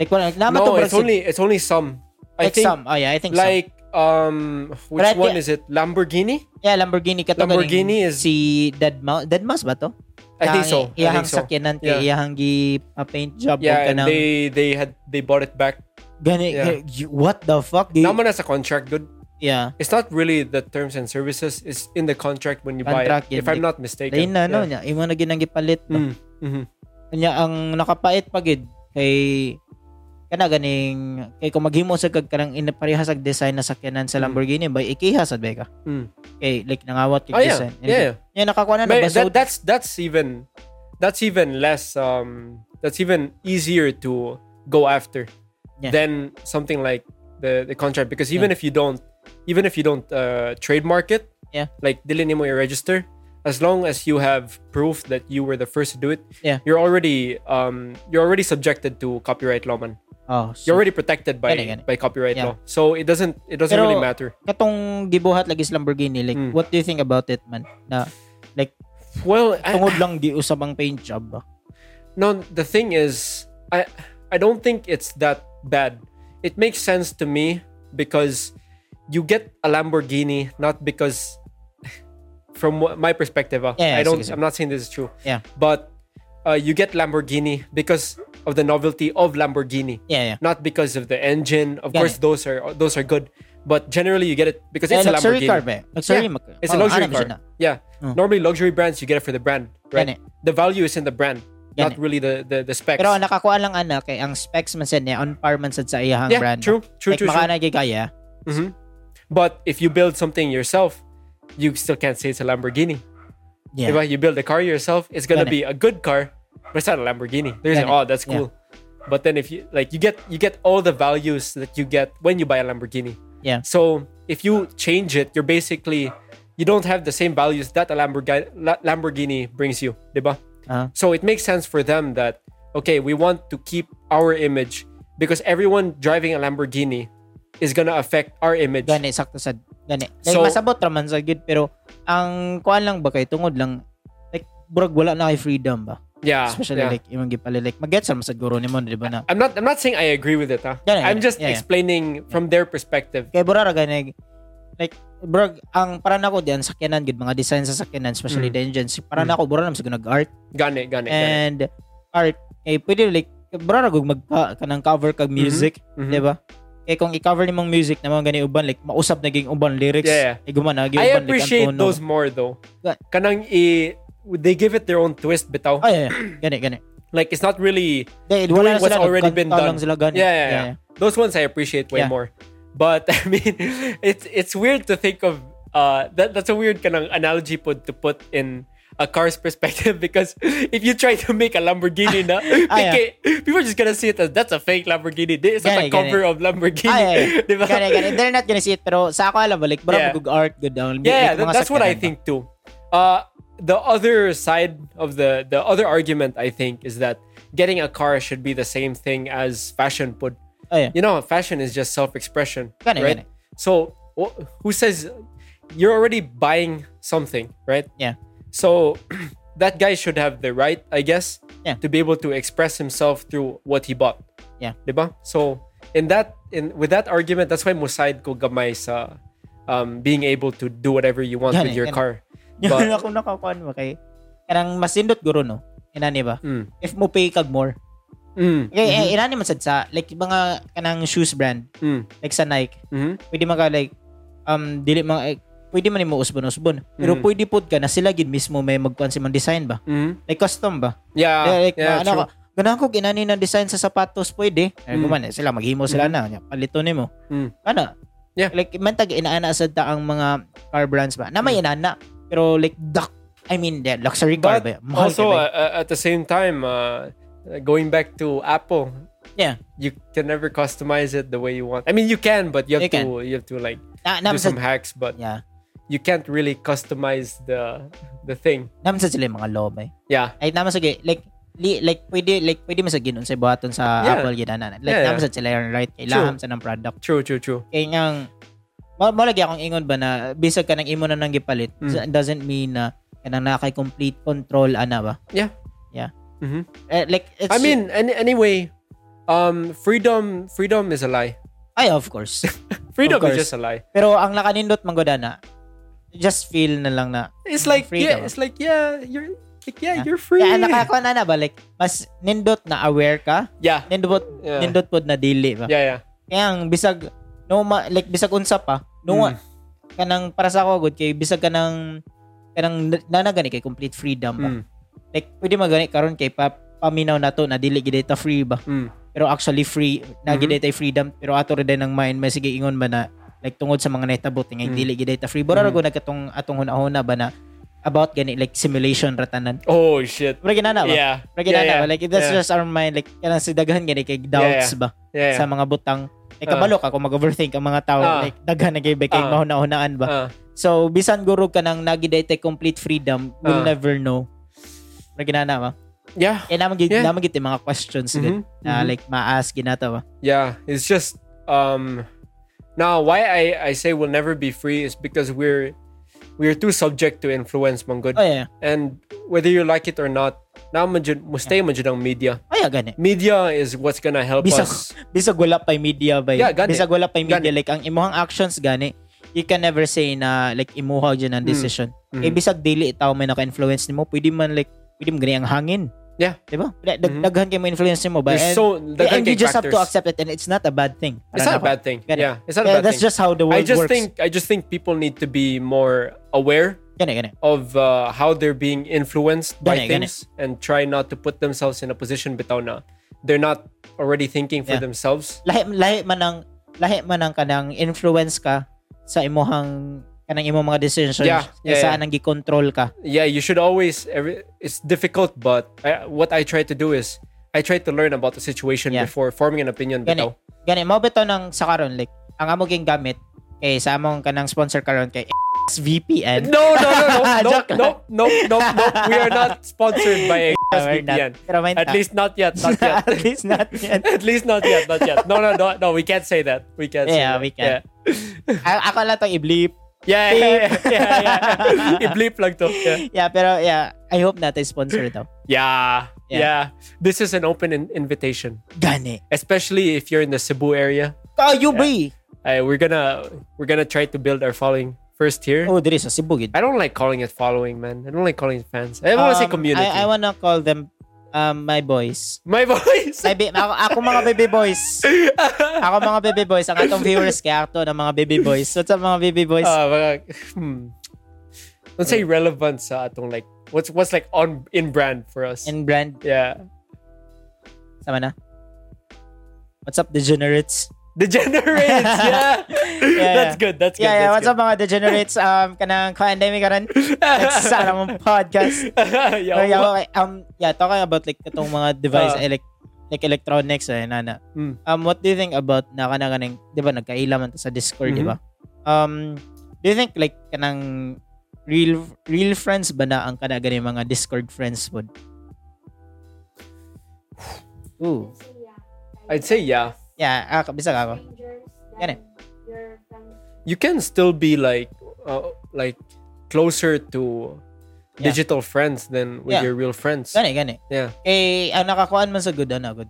Like wala like, naman
No,
to
it's
Brazil.
only it's only some. I
like
think
some. Oh yeah, I think like,
like um which
But I thi-
one is it? Lamborghini?
Yeah, Lamborghini ka to
Lamborghini
ganing
is-
si Deadmau Deadmas ba to?
I think so. I
Iyahang
think so.
sakyanan kay iyahang gi uh, paint job ka
Yeah,
ng
and they they had they bought it back.
gani
yeah.
g- what the fuck? Gi-
Naman as a contract, dude.
yeah.
It's not really the terms and services. It's in the contract when you
Contract
buy it.
yun,
If I'm
di-
not mistaken.
Lain na no
Yeah.
niya. Imo na ginang gipalit. no?
Mm, mhm.
Kanya ang nakapait pagid kay kana ganing kay kung maghimo sa kag kanang ina- parehas ag design na sakyanan sa
Mm.
Lamborghini by ikiha sad ba ka.
Mm.
Kay like nangawat kay
Oh yeah,
design. And
yeah.
Yeah, nakakuha na na ba?
May-
So,
that, that's that's even that's even less um that's even easier to go after
Yeah.
than something like the the contract because even if you don't even if you don't uh, trademark it
Yeah.
like dili nimo register as long as you have proof that you were the first to do it
Yeah.
you're already um you're already subjected to copyright law man
oh, so
you're already protected by
Ganun, ganun.
by copyright
Yeah.
law so it doesn't it doesn't
Pero-
really matter
katong gibuhat lagi sa Lamborghini, like
Mm.
what do you think about it man? Na
well I-
tungod lang di usab ang paint job ba?
No, the thing is, I I don't think it's that bad. It makes sense to me because you get a Lamborghini not because from wh- my perspective, ah,
Yeah, yeah,
I don't
sige, sige.
I'm not saying this is true.
Yeah.
But uh, you get Lamborghini because of the novelty of Lamborghini,
Yeah, yeah.
not because of the engine. Of
Yeah.
course those are those are good, but generally you get it because it's
Eh,
a
luxury
Lamborghini.
car ba? eh? Luxury
Yeah,
mak-
It's a
oh,
luxury
ano ba
car.
siya na?
Yeah.
Oh.
Normally luxury brands you get it for the brand,
Yan eh.
right? The value is in the brand,
Yan
not
eh.
really the the, the specs.
Pero ang nakakuha lang ana kay ang specs man sad niya on par man sad sa iyahang
yeah,
brand.
true, true,
like
true.
maka
true.
na gigaya.
Mhm. But if you build something yourself, you still can't say it's a Lamborghini.
Yeah.
Diba? You build a car yourself, it's gonna
Ganun.
be a good car, but it's not a Lamborghini. They're like,
Ganun.
oh, that's cool. But then if you like, you get you get all the values that you get when you buy a Lamborghini.
Yeah.
So if you change it, you're basically you don't have the same values that a Lamborghini La- Lamborghini brings you, diba?
Uh-huh.
So it makes sense for them that okay, we want to keep our image because everyone driving a Lamborghini is gonna affect our image.
Gani sakto sad. Gani. Like
So-
masabot ra man sad gid pero ang kuan lang ba kay tungod lang like burag wala na kay freedom ba?
Yeah.
Especially
Ah, yeah.
like imong gipali like magets ra man sad guro nimo di ba na?
I'm not I'm not saying I agree with it, huh?
Yeah, yeah,
I'm
yeah,
just
yeah, yeah.
explaining from their perspective.
Kay burag ra gani like burag ang para nako diyan sakyanan gid mga design sa sakyanan especially
Mm.
the engines. Para
Mm.
nako burag ra man sad nag-art
Gane, gane, gane.
and art eh pwede like brara gug magka kanang cover kag music
Mhm.
di ba eh kung i-cover ni mong music na mga gani uban like mausab naging uban lyrics
Yeah,
eh guman naging
I
uban
appreciate those more though.
Ga-
Kanang i they give it their own twist bitaw.
ay Ah, yeah, gani gani
Like it's not really
Dahil wala na
what's
sila
already been
nagkanta
done.
lang sila gani
Yeah, yeah, yeah. those ones I appreciate way
Yeah.
more. But I mean, it's it's weird to think of. Uh, that that's a weird kind of analogy put to put in a car's perspective because if you try to make a Lamborghini, na,
Ah, yeah.
PK, people are just gonna see it as that's a fake Lamborghini. This is
Ganun,
not a
ganun.
cover of Lamborghini.
Ah, yeah, yeah.
diba?
gani gani they're not gonna see it pero sa ako alam ba like brara
Yeah.
gug art good um, down
yeah, that- that's what I think too. Uh, the other side of the the other argument I think is that getting a car should be the same thing as fashion. Put
ay
you know, fashion is just self expression,
Ganun,
right?
ganun.
So wh- who says you're already buying something, right?
Yeah.
So that guy should have the right, I guess,
Yeah.
to be able to express himself through what he bought.
Yeah.
Diba? So in that in with that argument, that's why Musaid ko gamay sa um, being able to do whatever you want
Yan
with
eh,
your
yan eh.
car.
yun
But-
ako nakakuan ba kay kanang masindot guro no inani ba
Mm.
if mo pay kag more
Mm.
kay eh, inani man sad sa like mga kanang shoes brand
Mm.
like sa Nike
mhm.
pwede maka like um dili mga eh, pwede man mo usbon usbon pero
Mhm.
pwede pud ka na sila gid mismo may magkuan si man design ba
Mhm.
like custom ba
Yeah.
yeah, like
Ah, yeah,
ma- ano
true.
ka ganahan ko ginani ng design sa sapatos pwede ay
Mm.
guman eh, sila maghimo sila na nya, palito nimo
Mm.
ana
Yeah.
Ano? like mentag inaana sad ta ang mga car brands ba na
Mm.
may inaana pero like duck I mean the luxury car ba
But
mahal
also
ka ba?
uh, uh, at the same time uh, going back to apple
Yeah.
you can never customize it the way you want i mean you can but you have
You
to
can.
you have to like
na
do
nam sad
some hacks but
yeah
you can't really customize the the thing
nam sad sila yung mga law ba eh.
yeah
ay naman sige like li, like pwede like pwede man sa ginon sa buhaton sa
Yeah.
Apple gid ana like
Yeah,
naman sa sila yung right kay
True.
laham sa nang product
true true true
kay Eh, ngang ma- malagi akong ingon ba na bisag ka nang imo na nang gipalit
Mm.
so it doesn't mean na kanang na kay complete control ana ba
Mhm.
eh, like it's
I mean, any, anyway, um, freedom, freedom is a lie.
ay of course
Freedom
course.
is just a lie.
pero ang nakanindot manggodana just feel na lang na
It's like
Free
yeah,
ka ba?
it's like yeah, you're like yeah,
Yeah.
you're free.
kaya nakakuha na na ba like mas nindot na aware ka
yeah,
nindot
yeah, yeah,
nindot pod na dili ba
yeah.
kaya ang bisag no ma, like bisag unsa pa no
Hmm.
wa- kanang para sa ako good kay bisag kanang kanang nanagani kay complete freedom ba
Mm,
like pwede magani karon kay pa, paminaw nato na dili gid ta free ba
mm.
pero actually free na
Mhm.
gid tay freedom pero ato rin din ang mind may sige ingon ba na like tungod sa mga netabo tingay
Mm.
dili gid ta free bora
Mhm.
ra gud nagkatong atong hunahuna ba na about gani like simulation ratanan
Oh shit.
pero ginana ba
Yeah.
pero
yeah,
ginana
yeah.
ba like that's
Yeah.
just our mind like kanang si daghan gani kay doubts ba
yeah,
sa mga butang like
Ah.
kabalo ka kung mag-overthink ang mga tao
Ah.
like daghan na kay kay
Ah.
mahuna-hunaan ba
Uh,
So, bisan guro ka ng nagidate complete freedom, we'll
Ah.
never know. Pero ginana ba?
yeah.
Kaya naman git
Yeah.
naman git Eh, yung mga questions gid
mhm,
na
mhm.
like ma-ask ginata ba?
Yeah, it's just um now why I I say we'll never be free is because we're we're too subject to influence man good.
Oh yeah.
And whether you like it or not, now majud mustay majud ang media.
Oh yeah, gani.
Media is what's gonna help
Bisag-
us.
Bisag wala pa'y media ba?
Yeah, gani.
Bisag wala pa'y media
Gani.
like ang imuhang actions gani. You can never say na like imuha jud ang
Mm.
decision.
Mhm.
Eh bisag dili itaw may naka-influence nimo, pwede man like pwede man gani ang hangin.
Yeah.
'Di ba? Dag-
Mhm.
Daghan kay mo influence nimo ba? And,
There's so the
and you just have
factors.
to accept it and it's not a bad thing. Para
It's not a
nako.
bad thing.
Ganun.
Yeah, it's not
Yeah,
a bad
that's
thing.
just how the world
I just
works.
think I just think people need to be more aware
gani gani.
of uh, how they're being influenced by
Ganun, ganun.
things and try not to put themselves in a position bitaw na they're not already thinking for
Yeah.
themselves.
lahi lahi man ang lahi man ang kanang influence ka sa imuhang kanang imong mga decisions
Yeah, yeah,
kaysa
yeah.
nang gi-control ka.
Yeah, you should always every, it's difficult but I, what I try to do is I try to learn about the situation
Yeah.
before forming an opinion
Gani.
bitaw.
Gani mao bitaw nang sa karon like ang amo ging gamit kay sa among kanang sponsor karon kay VPN.
No, no, no, no, no,
Joke lang.
no, no, no, no. We are not sponsored
We're
by
not.
SBPN.
Pero may
At
ta-
least not yet, not yet.
at least not yet.
At least not yet, not yet. No, no, no, no. We can't say that. We can't. say
Yeah,
that.
we can't. A- ako lang tong i-bleep.
Yeah, yeah, yeah, yeah. yeah. I-bleep lang to. Yeah.
Yeah, pero yeah, I hope natin sponsor daw.
yeah,
Yeah.
yeah. This is an open in- invitation,
Gani.
especially if you're in the Cebu area.
Ka you be.
Uh, we're gonna we're gonna try to build our following first here.
Oh, diri sa Cebu gid.
I don't like calling it following, man. I don't like calling it fans. I want to say
Um,
community.
I, I wanna call them um, my boys.
My voice.
Baby, ako, ako mga baby boys. Ako mga baby boys. Ang atong viewers kaya ato ng mga baby boys. What's up mga baby boys?
Ah, mga- hmm. Don't say relevant sa atong like what's what's like on in brand for us.
And brand,
yeah,
sama na. What's up degenerates?
degenerates. Yeah.
yeah.
that's good. That's good.
Yeah, yeah.
that's
What's
good.
up mga degenerates? Um, kanang pandemic karon. That's sa alam mong podcast.
yeah,
Pero yeah,
wa-
okay. Um, yeah, talking about like itong mga device,
Ah.
elec- like electronics, eh, nana.
Mm.
Um, what do you think about na kanang kanang, di ba, nagkaila man to sa Discord, di
Mhm.
ba? Um, do you think like kanang real real friends ba na ang kanang ganyan mga Discord friends po? Ooh.
I'd say yeah.
Yeah, ako, bisag ako. Yan eh.
You can still be like uh, like closer to
Yeah.
digital friends than with
Yeah.
your real friends.
Gani, gani.
Yeah.
Kay, ang nakakuhaan man sa good, ano, good.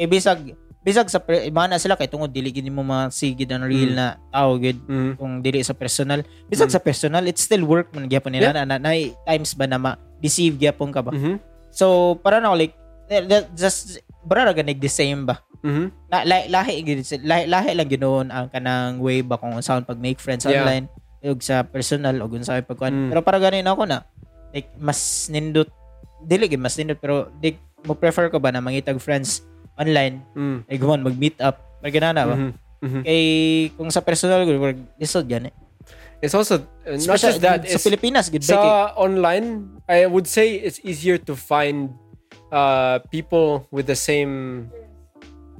Kay bisag, bisag sa, pre- iba na sila kay tungod diligin mo mga sigid ang real
Mm.
na tao, good.
Mhm.
kung dili sa personal bisag
Mm.
sa personal it's still work man gyapon nila na, na, na times ba na ma deceive gyapon ka ba
Mhm.
so para na like that- that- just bara ra ganig the same ba
Mhm.
na, lahi, lahi, gid- lahi, lahi lang ginoon ang kanang way ba kung saan pag make friends
Yeah.
online ug sa personal ug unsa pag
Mm.
pero para ganin ako na like mas nindot dili gid mas nindot pero like, mo prefer ko ba na mangitag friends online
Mhm.
ay gumon mag meet up para ganana ba
Mhm. Mhm.
kay kung sa personal gud lisod eh. gani
It's also uh, not
Especially
just that.
sa
It's
Pilipinas good
sa
ba
online. I would say it's easier to find uh, people with the same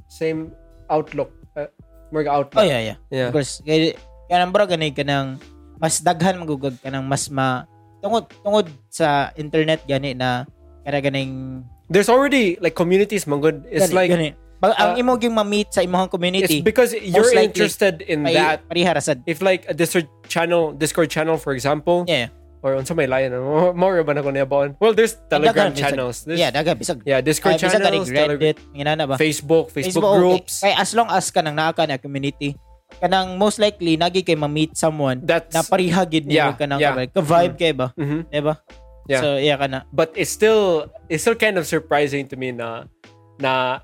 same outlook. Uh, more
oh
outlook.
yeah yeah,
yeah.
of course kaya kaya nang bro ganay ka ng mas daghan magugag ka ng mas ma tungod tungod sa internet gani na kaya ganing
There's already like communities. Mangod.
gani,
It's like uh,
gani. Ba- ang imo gyung ma-meet sa imong
It's
community.
because you're
likely,
interested in
may
that.
parihara sad.
If like a Discord channel, Discord channel, for example,
Yeah.
or unsa may layan ano, more ba na ko niyabaon? Well, there's Telegram
Daghan, bisag-
channels. There's,
Yeah, daga bisag.
yeah,
Ah,
Discord
bisag ka
channels,
ning
Telegram,
Reddit, uh, eh, ngina na ba?
Facebook, Facebook,
okay.
groups.
Kaya as long as kanang naa ka na community, kanang most likely nagi kay ma-meet someone
That's
na parihagid ni
Yeah,
kanang
yeah.
kabal. Ka-vibe kay ba?
Mhm.
Diba?
Yeah.
So, yeah ka na.
but it's still it's still kind of surprising to me na na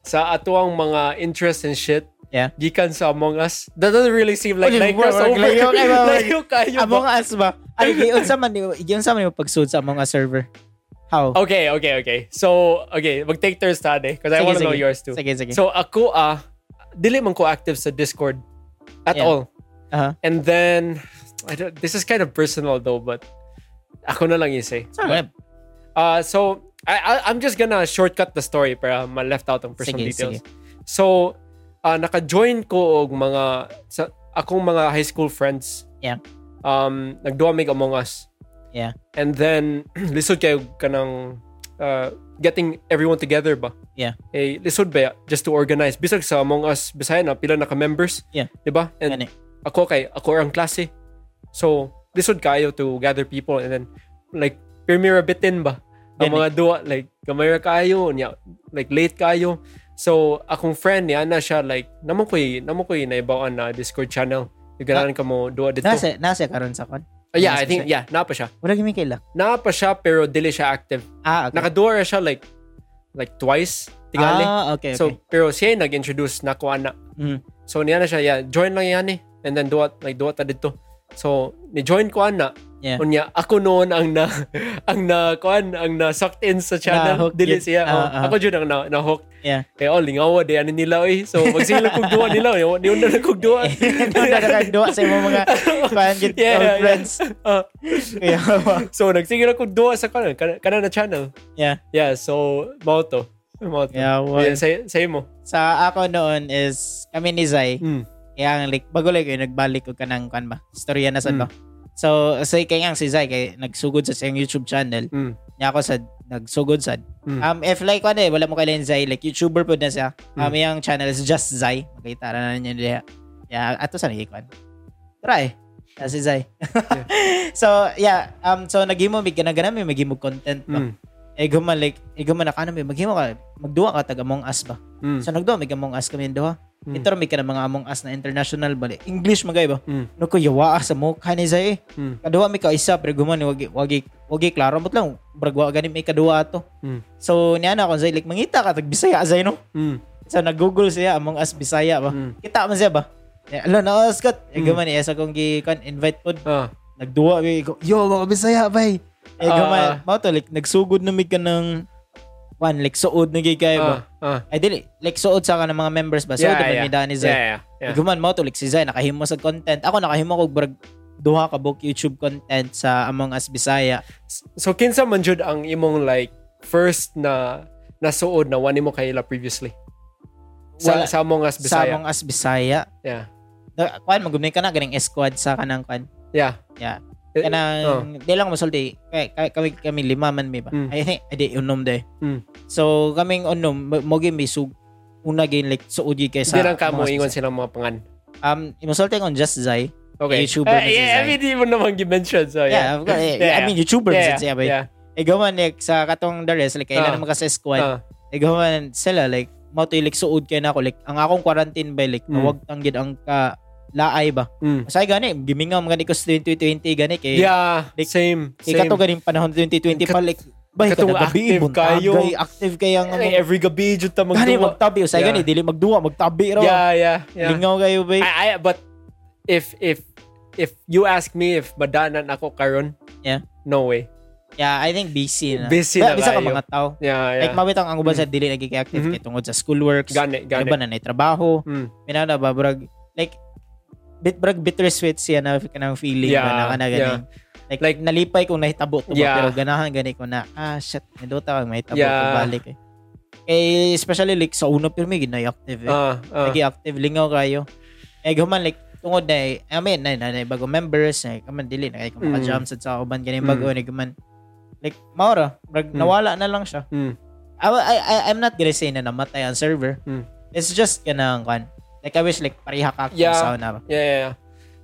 sa atuang mga interests and shit
Yeah.
gikan sa Among Us that doesn't really seem like
Uy,
like
wag- wag, layo kayo, wag.
layo kayo ba?
Among Us ba? Ay, di, unsa man, yun sa man yung pagsood sa Among Us server. How?
okay okay okay so okay mag take turns tade because I
Sige,
want to know
sige.
yours too
Sige, sige.
so ako ah dili man ko active sa Discord at
Yeah.
all
Aha.
and then I don't, this is kind of personal though but ako na lang i-say
Sa web.
Uh, so I, I, I'm just gonna shortcut the story para ma-left out ang personal
Sige,
details. So, uh, naka-join ko og mga sa, akong mga high school friends.
Yeah.
Um, nagduha mig Among Us.
Yeah.
And then, lisod kayo kanang uh, getting everyone together ba?
Yeah.
Eh, lisod ba ya? just to organize. Bisag sa Among Us, bisaya na, pila na ka-members.
Yeah.
Diba? And
Gani.
ako kay ako ang klase. So, lisod kayo to gather people and then like premier bitin ba? Ang
Gani.
mga duwa like gamay ra kayo nya like late kayo. So, akong friend niya na siya like namo koy namo koy naibawon na Discord channel. Igaranan ka mo duwa dito.
Ah. Nasa, nasa karon sa kon.
Ah, yeah,
nasa
I think yeah, na pa siya.
Wala gimi kay lang.
Na pa siya pero dili siya active.
Ah, okay.
Nakaduwa ra siya like like twice tingali.
Ah, okay, okay.
So, pero siya yung nag-introduce na ko ana.
Mhm.
So, niya na siya, yeah, join lang yan eh. And then, duwat, like, duwat ta dito. So, ni-join ko ana.
Yeah.
Unya, ako noon ang na, ang na, kuan, ang na sucked in sa channel.
Na-hook
Dili
yun.
siya.
Ah,
oh.
ah.
Ako dyan ang na, na-hook.
Yeah.
Eh, oh, lingawa, di ano nila eh. So, magsila kong duwa nila. eh. Di na kong duwa.
Wala na kang duwa sa imong mga fan git
Yeah,
old
yeah.
friends.
Ah.
Kaya wa.
so, nagsigil akong duwa sa kanan, kanan, kanan na channel.
Yeah.
Yeah, so, mao to. Mao to.
Yeah, wa.
Yeah, say, say mo.
Sa ako noon is kami ni Zay.
Mm.
Kaya ang like bago like nagbalik og kanang kan ba. Storya na sad
Mm.
ba. So say kay ang si Zay kay nagsugod sa siyang YouTube channel.
Mm.
Niya ako sad nagsugod sad.
Mm.
Um if like ano eh wala mo kailan Zay like YouTuber pud na siya.
Mm.
Um yung channel is just Zay. Makita ra na niya diha. Yeah, ato sa nagikwan. Try. Yeah, eh. si Zay. so yeah, um so naghimo mig ganaganami maghimo content ba.
Mm.
Eh guman like eh guman na kanami maghimo ka magduwa ka tag among us ba.
Mm.
So nagduwa mig among us kami duha.
Mm.
Ito may ka ng mga among us na international bali. English magay ba?
Mm.
No ko yawa ah, sa mo kanay sa eh.
Mm.
Kaduwa mi ka isa pero guman wagi wagi wagi klaro mo lang bragwa gani may kaduwa ato.
Mm.
So niya na ako sa like mangita ka tag Bisaya say no.
Mm.
So nag-google siya among us Bisaya ba.
Mm.
Kita man siya ba? Eh, Alo na askat. Eh
Mm.
guman iya sa kong gi kan invite pod
Ah.
nagduwa mi ko, yo mga bisaya bay eh
Ah,
gamay mao to like nagsugod na mi ka ng one like suod na gay kayo ba
Ah. Ah.
ay dili like suod sa ka ng mga members ba so yeah, yeah. ni Zay
Yeah, yeah, yeah.
guman mao to like si Zay nakahimo sa content ako nakahimo kog brag duha ka book YouTube content sa Among Us Bisaya
So kinsa man jud ang imong like first na nasuod na wani mo kaila previously? Sa,
Wala.
sa Among Us
sa
Bisaya.
Among Us Bisaya
Yeah.
Da- kwan magumay ka na ganing squad sa kanang kwan
Yeah.
Yeah.
Eh, oh.
kanang di lang masulti kay, kay kami kami lima man may ba
Mm.
I think edi unom day
Mm.
so kaming unom mo- mo gyud may sug una gyud like suod gyud kay sa
Di lang ka mo
mga-
ingon silang mga pangan.
um imusulti kon just Zai
Okay.
YouTuber
Eh,
na si
yeah, I
Zay.
mean, di mo naman gi-mention. So,
yeah,
Oh, yeah.
of course, eh,
Yeah,
I mean YouTuber
yeah,
yeah, siya ba
yeah.
eh gaman like sa katong the rest like kailan
Ah.
naman kasi squad
Ah,
eh gaman sila like mao to like suod kay nako like ang akong quarantine ba like
Mm.
nawag tang gyud ang ka laay ba
mm.
say gani gimingaw mga ni ko sa 2020 gani kay
Yeah,
like,
same.
Kaya
Same.
kato ganing panahon 2020 pa, like, bay,
katong
kada gabi,
active kayo.
buntagay, active kayo ang
Eh, every gabi jud ta
Gani,
magduwa.
magtabi. Usay
Yeah.
gani, dili magduwa, magtabi raw.
Yeah, yeah, yeah.
Lingaw kayo, bay.
I, I, but if if if you ask me if madanan ako karon,
Yeah.
No way.
Yeah, I think busy na.
Busy
Ba-
na
Bisa ka
kayo.
mga tao.
Yeah, yeah.
Like, mabitang ang uban sa dili nagiging active
Mhm.
kay tungod sa schoolworks.
Gani,
Ano
gani.
ba na na trabaho.
Mm.
Minana ba, brag, like, bit brag bittersweet siya na kanang feeling
Yeah,
ba, na kana gani.
yeah.
Like,
Like-
nalipay kung nahitabo to ba,
Yeah.
pero ganahan gani ko na, ah, shit, nindota kang mahitabo
Yeah.
to balik eh. Eh, especially like sa una pero may ginay-active eh.
Ah, ah.
lagi active lingaw kayo. Eh, human like, tungod na, eh, I mean, na, na, na, bago members, na, kaman, dili, na, kayo maka-jam sa sa uban, ganyan,
Mm.
bago, na, kaman, like, maura, brag,
Mm.
nawala na lang siya.
Mm.
I, I, I, I'm not gonna say na namatay ang server.
Mm.
It's just kanang kan. Like I wish like pareha ka
Yeah.
sa na.
Yeah, yeah, yeah.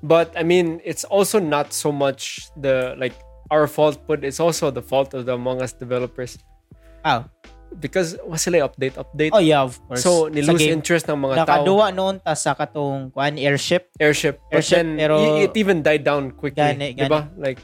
But I mean, it's also not so much the like our fault, but it's also the fault of the Among Us developers
Oh.
because was sila update update.
oh yeah, of course.
so nilose
game.
interest ng mga tao.
Nakaduwa noon ta sa katong kuan airship.
Airship. But
Airship,
then
pero-
i- it even died down quickly,
Gani, gani.
diba? Like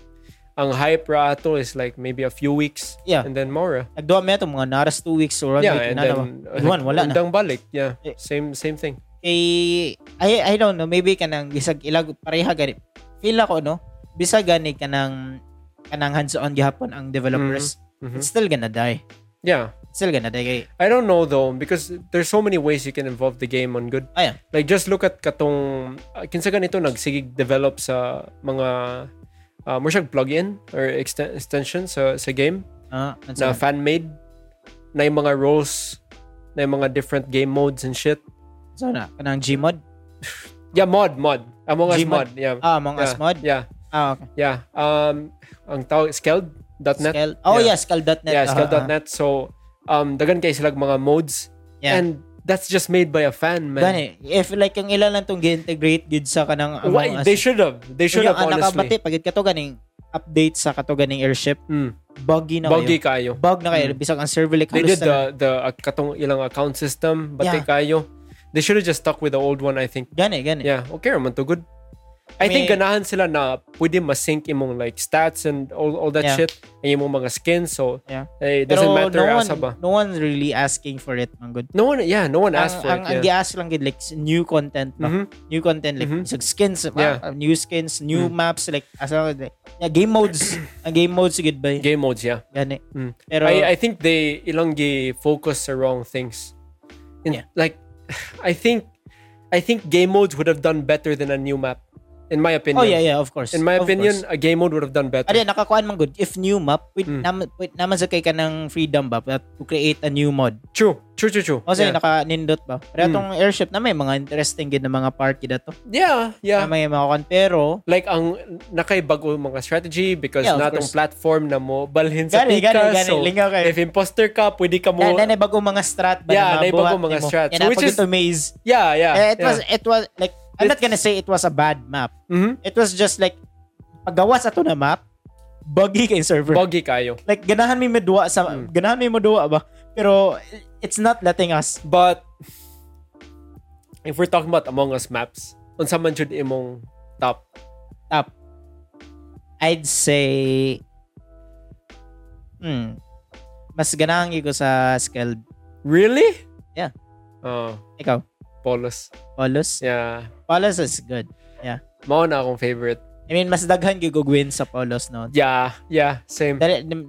ang hype ra ato is like maybe a few weeks
Yeah.
and then more. eh.
Nagduwa mi ato mga naras two weeks or one
yeah,
week
and
na
then uh,
na ba? Iwan, wala na.
undang balik. Yeah.
Eh.
Same same thing.
Kay I I don't know, maybe kanang bisag ilag pareha gani. Feel ako no, bisag gani kanang kanang hands-on gihapon ang developers.
Mhm.
It's still gonna die.
Yeah.
It's still gonna die. Kay,
I don't know though because there's so many ways you can involve the game on good.
Ayan.
Like just look at katong uh, kinsa ganito nagsigig develop sa mga uh, more siyang plug-in or exten- extension sa sa game
ah, ano
na
sa-
fan-made na yung mga roles na yung mga different game modes and shit.
sa na kanang Gmod.
Yeah, mod, mod. Among Us
Gmod.
mod. Yeah.
Ah, Among
yeah.
Us mod.
Yeah.
Ah, okay.
Yeah. Um ang tawag scaled.net.
Scale. Oh
Yeah.
yeah, scale.net.
Yeah,
Ah, ah,
scaled.net. So um dagan kay silang mga modes
Yeah.
and that's just made by a fan, man.
Gani, if like yung ilan lang tong gi-integrate gid sa kanang Among
Uh, Why?
Us.
They should have. They should have,
Yung ah, anak ka, bati,
honestly.
pagid kato ganing update sa kato ganing airship,
Mm.
buggy na
Boggy
kayo.
kayo.
Bug na kayo. Bisag ang server like
Mm. They
halos
did
na-
the, the uh, katong ilang account system, bate
Yeah.
kayo. They should have just stuck with the old one, I think.
Gani, gani.
Yeah, okay raman to good. I think
May-
ganahan sila na pwede masync imong like stats and all, all that
Yeah.
shit and imong mga skins so
Yeah.
eh, it
Pero
doesn't matter
no one,
asa ba.
no one really asking for it, man. Good.
No one yeah, no one
Ang,
asked for
ang, ang
it. Yeah.
gi-ask lang gid like new content ba?
Mhm.
New content like
Mhm.
bisag skins, ma-
Yeah. Mm.
uh, new skins, new maps like asa like, yeah, game modes. ang game modes gid ba?
Game modes, yeah.
Gani.
Mm.
Pero
I, I think they ilonggi focus the wrong things. In,
Yeah.
Like, I think, I think game modes would have done better than a new map, in my opinion.
Oh yeah, yeah, of course.
In my
Of
opinion,
course.
a game mode would have done better.
Ari, nakakuan man good. If new map, wait,
Mm.
naman, wait naman sa kay ka ng freedom ba pa- to create a new mod.
True, true, true, true.
O sa
yeah.
naka-nindot ba? Pero
Mm.
itong airship na may mga interesting gid na mga party na to.
yeah,
Na
yeah.
may mga kan. Pero,
Like ang nakaibago mga strategy because
Yeah, of
natong
course.
platform na mo balhin sa
Gani,
pick
gani,
ka,
gani.
So,
Lingaw kayo.
if imposter ka, pwede ka mo.
na, na, bago mga strat ba
Yeah,
na
naibago
mabuhat
mga
nimo?
strats.
Yan, na, pag
Which is-
ito maze.
yeah, yeah.
Eh, it
yeah.
was, it was, like, I'm not
It's-
gonna say it was a bad map.
Mhm.
It was just like, paggawas ato na map, buggy kay server.
Boggy kayo.
like, ganahan mi medua sa,
Mm.
ganahan mi medua ba? Pero, it's not letting us.
But if we're talking about Among Us maps, unsa man jud imong top
up. I'd say hmm mas ganang ko sa skilled.
Really?
Yeah.
Oh,
Ikaw,
Polos.
Paulus?
Yeah.
Paulus is good.
Mao na akong favorite.
I mean, mas daghan gyud ko gwin sa Paulus noon.
Yeah, yeah, same.
Dali na,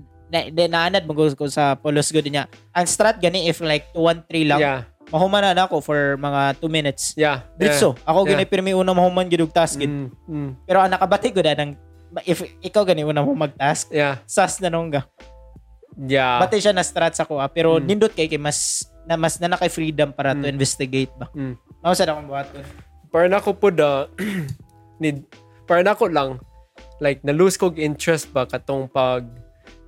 na, naanad mo ko ko sa Paulus good niya. Ang strat gani if like 1-3 lang,
Yeah,
mahuman na ako for mga 2 minutes.
yeah.
Dito, ako gani
Yeah.
pirmi una mahuman gyud og task gid.
Mm, mm,
Pero ang nakabati ko na ng if ikaw gani una mo mag-task,
yeah,
sas na nung ga.
yeah.
Batay siya na strat sa kuha pero
Mm.
nindot kay kay mas na mas na naka freedom para to
Mm.
investigate ba.
Mm.
Mao sa akong buhaton.
para na ko po da need para na ko lang like na lose ko interest ba katong pag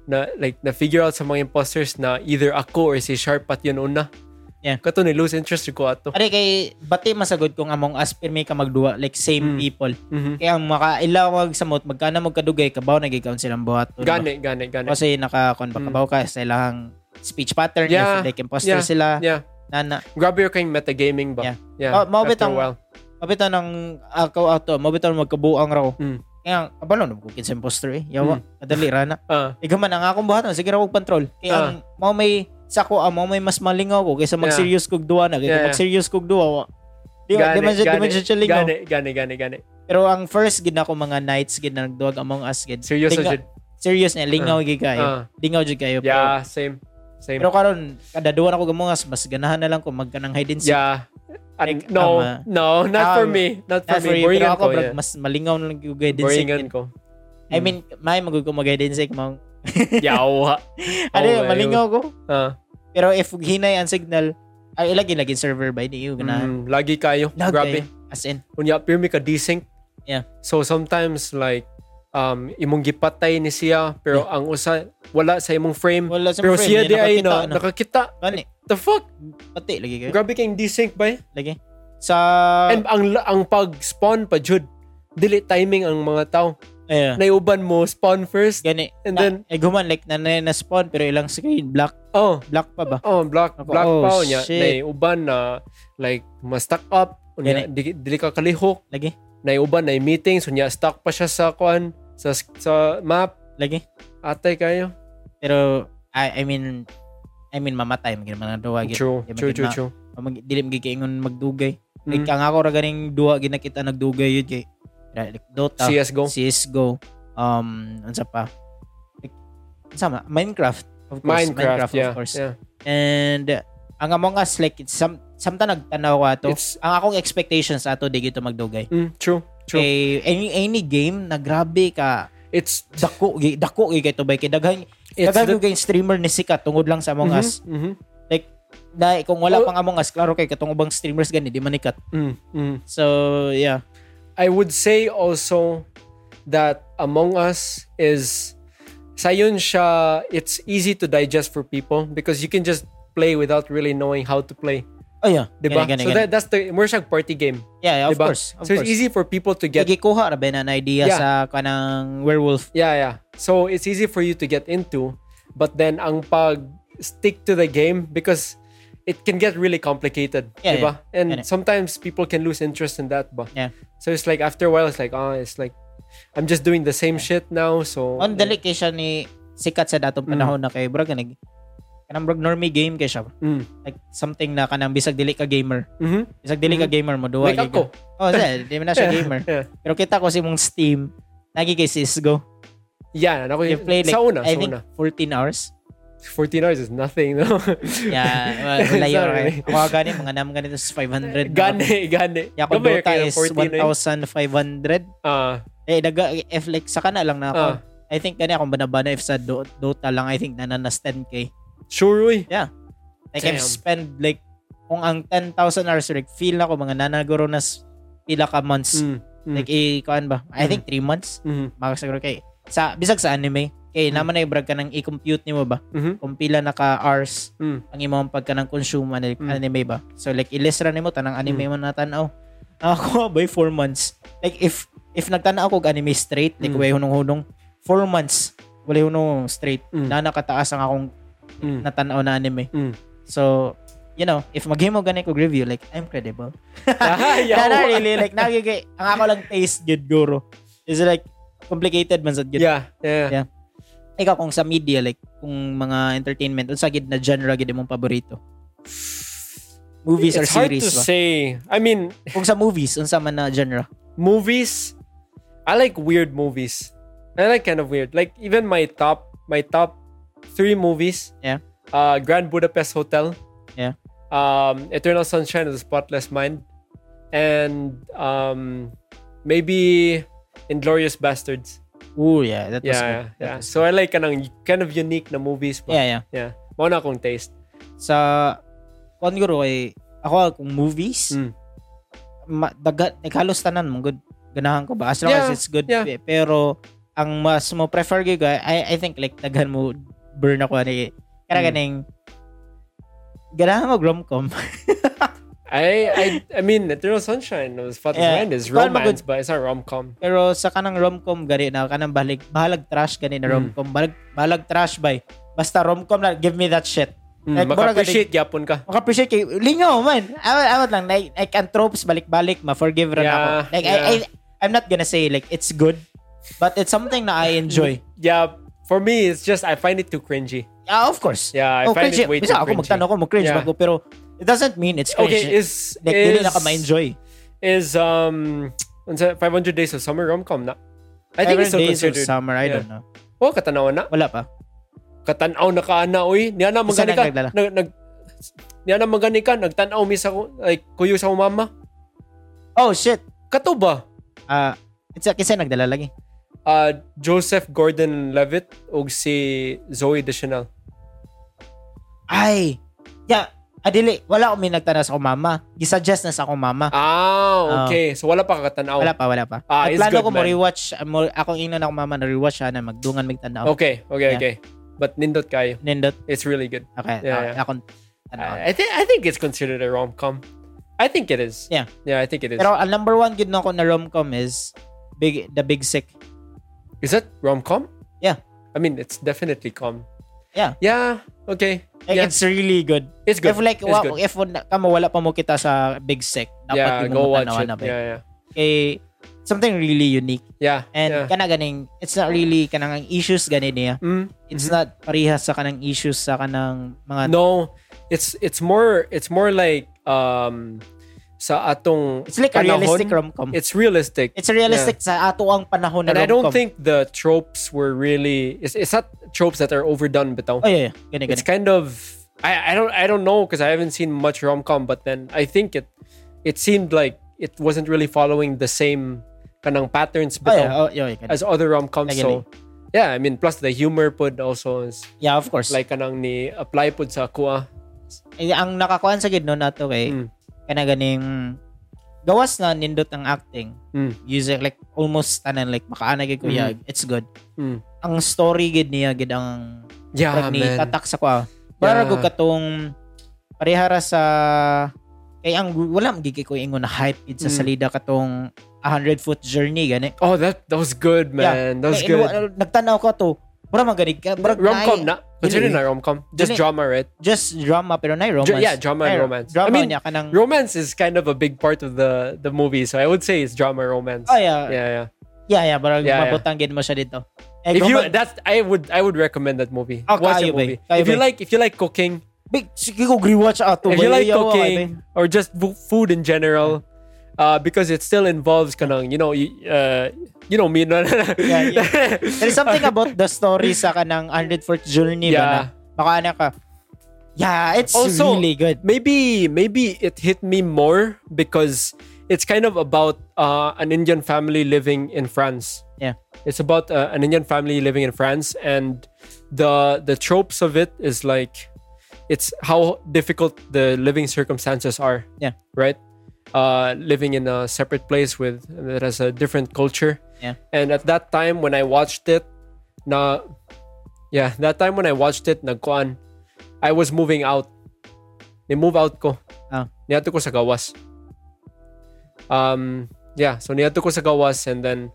na like na figure out sa mga imposters na either ako or si Sharp at yun una.
Yeah.
Kato ni lose interest ko ato.
Ari kay bati masagot kung among us pirmi ka magduwa like same
Mm.
people.
Mhm.
Kaya ang makailawag sa mot magkana magkadugay kabaw nagikaon silang buhaton. ba?
Gani, gani, gani.
Kasi naka kon ba
Mm.
kabaw ka sa ilang speech pattern
Yeah.
if like imposter
Yeah.
sila
Yeah.
nana
Grabe yung kayong metagaming ba?
Yeah.
Yeah.
Oh, mao
after a
bitang-
while.
mabitan ang akaw ato mabitan magkabuang raw
Mm.
kaya kabalo na ko sa imposter eh
Hmm.
yawa madali rana
Ah,
Ikaw man, ang akong buhaton, sige ra kog control. Kaya
Ah.
ang mao may sa ko, ang mao may mas malingaw ko kaysa mag-serious kog duwa na. Kaysa
Yeah, yeah.
mag-serious kog duwa. wa. Di ba? Di man siya, di man siya siya lingaw.
gani, gani, gani, gani.
Pero ang first gid na ako mga nights gid na nagduwag among us gid.
Seryoso
Lingaw-
jud.
Serious na lingaw gid kayo.
Ah,
Lingaw jud kayo. Pero,
yeah, same. Same.
pero karon kada duwa na ko among us, mas ganahan na lang ko magkanang hide and seek.
yeah. And
Like,
no,
ama.
no, not for
Um,
me. Not
Not
for
for you, pero
me. Boringan
ako
ko.
brad,
yeah.
mas malingaw na lang yung hide and seek.
Boringan ko.
I mean, may magud ko mag-hide and seek mong.
Yawa.
Ano,
Oh, well.
malingaw ko.
Ah,
Pero if hinay ang signal, ay ilagay lagi server by the ganahan.
mm, lagi kayo.
Lag
Grabe.
kayo. As in,
Unya, pirmi ka desync.
Yeah.
So sometimes like um imong gipatay ni siya pero ang usa wala sa imong frame
Wala sa
pero
frame,
siya
may
di ay
nakakita,
na
ano.
nakakita
Kani,
the fuck
pati lagi kayo.
grabe kayong desync ba eh?
Lagi. Sa Ah.
and ang ang pag spawn pa jud dili timing ang mga tao
ayun.
naiuban mo spawn first
Gani.
And
Na-
then-
eh guman like na na, na spawn pero ilang screen black
oh
black pa ba?
oh black
Ah. Ako,
black
oh,
pao niya
shit.
naiuban na like mas stack up
Gani.
unya di- dili ka kalihok
Lagi.
naiuban na meeting so niya stuck pa siya sa kuan sa sa map
Lagi.
atay kayo
Pero I I mean I mean mamatay magid man duwa gid.
true
Di man
true
gid
true
ma-
true
Mag, dili magid kaingon magdugay. Like
Mm.
ang ako ra ganing duwa gid nakita nagdugay yun kay like Dota,
CS:GO
CS:GO, um unsa pa? Like, unsa ma? Minecraft. Of course,
Minecraft, yeah,
of course.
yeah.
And uh, ang Among Us like it's some samtang nagtanaw ko ato.
It's-
Ang akong expectations ato di gito magdugay.
Mm, true True.
Kay any any game na grabe ka
it's
dako gi- dako gi kay tubay kay daghan
It's
daghan
the-
gyud kay streamer ni sikat tungod lang sa Among Us.
Mhm,
Like na kung wala
Oh.
pang Among Us klaro kay katong ubang streamers gani di manikat.
mhm, mhm.
So yeah.
I would say also that Among Us is sayon siya it's easy to digest for people because you can just play without really knowing how to play,
Oh yeah.
diba?
Gani, gani,
so
gani.
that, that's the more siyang party game,
yeah, yeah, of
diba?
course. Of
so
course.
it's easy for people to get
Nagikuha ra ba na na idea
Yeah.
sa kanang werewolf.
Yeah, yeah. So it's easy for you to get into, but then ang pag stick to the game because it can get really complicated,
Yeah,
diba? And
Yan eh.
sometimes people can lose interest in that, ba?
Yeah.
So it's like after a while, it's like ah, it's like I'm just doing the same shit now. So
On dali kay siya ni sikat sa
Mm-hmm.
datong panahon na kay bro kanig kanang bro normie game kay siya.
Mm.
Like something na kanang bisag dili ka gamer.
Mhm.
Bisag dili ka gamer mo duwa.
Like
gyud ka.
ako.
Oh, sa, di man na siya gamer.
Yeah.
Pero kita ko si mong Steam, nagi kay CSGO.
Yeah, ako
You
yung-
played like,
sa una,
I
sa
think,
una.
14 hours.
14 hours is nothing, no?
Yeah, well, wala yun.
Sorry.
Okay. Ako ka gani, mga nam ganito is 500.
Gane, gane.
Yako
Gamay
Dota
kayo,
is
14 na yun.
1,500.
Ah,
Eh, naga, if like, saka na lang na ako.
ah.
I think kani akong banabana if sa Do- Dota lang, I think nananas 10k.
Sure, uy.
Like, I've
Damn.
spend like, kung ang 10,000 hours, like, feel na ko mga nanaguro na s- pila ka months.
Mm, mm,
Like, eh, kuhaan ba? I think 3 months.
mhm,
Makasiguro kay, sa, bisag sa anime, kay naman na i-brag ka ng i-compute ni mo ba?
mhm.
kung pila naka hours
Mm.
ang imong pagka ng consume ani-
Mm.
anime ba so like ilistra nimo tanang anime mo natanaw ako by 4 months like if if nagtanaw ko og anime straight like
Mm.
way hunong-hunong 4 months wala hunong straight
Mm.
na nakataas ang akong
Mm.
natanaw na anime
Mm.
so you know if maghimo gani kog review like I'm credible
Ah, yawa.
na really like nagigay ang ako lang taste good guro is like complicated man sad gyud
Yeah, yeah.
Yeah. ikaw kung sa media like kung mga entertainment unsa gid na genre gid imong paborito movies
It's
or
hard
series
to
ba
say. I mean,
kung sa movies unsa man na genre
movies. I like weird movies. I like kind of weird. Like even my top, my top three movies.
Yeah.
Uh, Grand Budapest Hotel.
Yeah.
Um, Eternal Sunshine of the Spotless Mind, and um, maybe Inglorious Bastards.
oh yeah that was
Yeah,
good.
yeah,
That
yeah.
was
So I like kanang kind of unique na movies.
good. yeah yeah
yeah. Mao na akong taste.
sa kon guro kay ako kung movies
Mm.
ma, daga, naghalos tanan mo good ganahan ko ba as long
Yeah,
as it's good
yeah.
pe- pero ang mas mo prefer gyud ko, I I think like daghan mo burn ako ni kaya
Mm.
ganing ganahan mo romcom
I, I I mean Eternal Sunshine of the Spotless
Yeah.
Mind is
Well,
romance, but it's not rom com.
Pero sa kanang romcom gani na kanang balig balag trash gani na
Mm.
romcom balag balag trash bay. Basta romcom na give me that shit.
Mm,
Like, mura
Maka-appreciate gyapon ka.
Maka-appreciate kay lingaw man. Awat awat lang like, like ang tropes balik-balik ma-forgive rin
Yeah,
ako. Like I, I I'm not gonna say like it's good but it's something na I enjoy.
Yeah, for me, it's just I find it too cringy.
Yeah, of course.
Yeah, I
oh,
find
cringe.
it way too
Bisa ako
cringy.
magtanong ko mo cringe
Yeah.
bago pero it doesn't mean it's cringe.
okay, is
like
is,
dili na ka ma-enjoy.
is um unsa 500 Days of Summer rom-com na? I think
Every
it's still
days of
considered.
summer, I
yeah.
don't know.
Oh, katanaw na.
Wala pa.
Katanaw na ka na oy. Niya na
Isa
magani
lang
ka.
nagdala.
Nag, nag niya na magani ka nagtanaw mi sa ko- like kuyo sa mama.
Oh shit.
Kato ba?
Ah, it's a kasi nagdala lagi.
Uh, Joseph Gordon-Levitt ug si Zoe Deschanel.
Ay. Yeah, adili, wala ko may nagtanaw sa akong mama. Gisuggest na sa akong mama.
Ah, okay. So wala pa
Oh.
kakatanaw.
Wala pa, wala pa.
Ah,
At
it's
plano
good,
ko mo
man.
rewatch, ah, mo, akong ina na akong mama na rewatch siya na magdungan magtanaw.
Okay, okay,
Yeah.
okay. But nindot kayo.
Nindot.
It's really good.
Okay,
Yeah,
ah,
yeah.
akong tanaw.
I think I think it's considered a rom com. I think it is.
Yeah.
Yeah, I think it is.
Pero ang number one gid na ako na rom-com is Big The Big Sick.
Is that rom com?
Yeah.
I mean, it's definitely com.
Yeah.
Yeah. Okay.
Like, Eh,
Yeah.
It's really good.
It's good.
If like,
it's
wa,
good.
if wala- kamo wala pa mo kita sa Big Sick,
yeah,
dapat yeah,
go
mo
watch
tanawan
it.
na ba.
Yeah, yeah.
Kay, something really unique.
Yeah.
And
yeah.
kana ganing, it's not really kanang issues gani niya.
Mm,
It's
mhm.
not parehas sa kanang issues sa kanang mga...
No, it's it's more it's more like um sa atong
it's like a
panahon,
realistic rom-com.
Mm-hmm. It's realistic.
It's realistic sa ato ang panahon na
and I
rom-com.
don't think the tropes were really it's, it's not tropes that are overdone but
Oh, yeah, yeah. Gani,
it's
gani.
kind of I, I don't I don't know because I haven't seen much rom com but then I think it it seemed like it wasn't really following the same kanang patterns
Oh,
bitaw,
yeah. Oh, yeah, yeah, gani.
as other rom coms
Nagani.
so yeah I mean plus the humor pud also is
yeah, of course.
like kanang ni apply pud sa kuha
Eh, ang nakakuan sa gid no nato kay
Mm.
kana ganing gawas na nindot ang acting
Mm.
using like almost tanan like makaana gid ko yeah, it's good
Mm.
ang story gid niya gid ang
yeah
pag ni
man
tatak sa kwa para
Yeah.
yeah. katong parehara sa kay ang wala man gid ko ingon na hype gid sa
Mm.
salida katong 100 foot journey gani
oh that that was good
Yeah.
man that was
Kay
good
inuwa- nagtanaw ko to wala man ganig ka Murag
rom com
naay-
na considered na rom com just
Dili.
drama right
just drama pero nay romance
yeah, drama and
Nay
romance.
drama
I mean,
niya kanang
Mm. romance is kind of a big part of the the movie so I would say it's drama romance
oh yeah
yeah yeah
Yeah, yeah, parang
Yeah, yeah.
mabutang gid mo siya dito. Eh,
if you
guman-
that's I would I would recommend that movie.
Oh,
Watch
kayo
that
ba?
movie.
Kayo
if you
ba?
like if you like cooking
Big, sige ko rewatch ato.
if you like cooking or just bu- food in general, uh, because it still involves kanang you know you, uh, you know me no, no, no.
Yeah, There's something about the story sa kanang 104th journey ba na.
yeah.
Baka ano ka. Yeah, it's
Also-
really good.
Maybe maybe it hit me more because it's kind of about uh, an Indian family living in France.
Yeah.
It's about uh, an Indian family living in France, and the the tropes of it is like it's how difficult the living circumstances are.
Yeah.
Right. Uh, living in a separate place with that has a different culture.
Yeah.
And at that time when I watched it, na, yeah, that time when I watched it, nagkuan, I was moving out. Ni move out ko.
Ah.
Niato ko sa gawas. Um, yeah, so niato ko sa gawas and then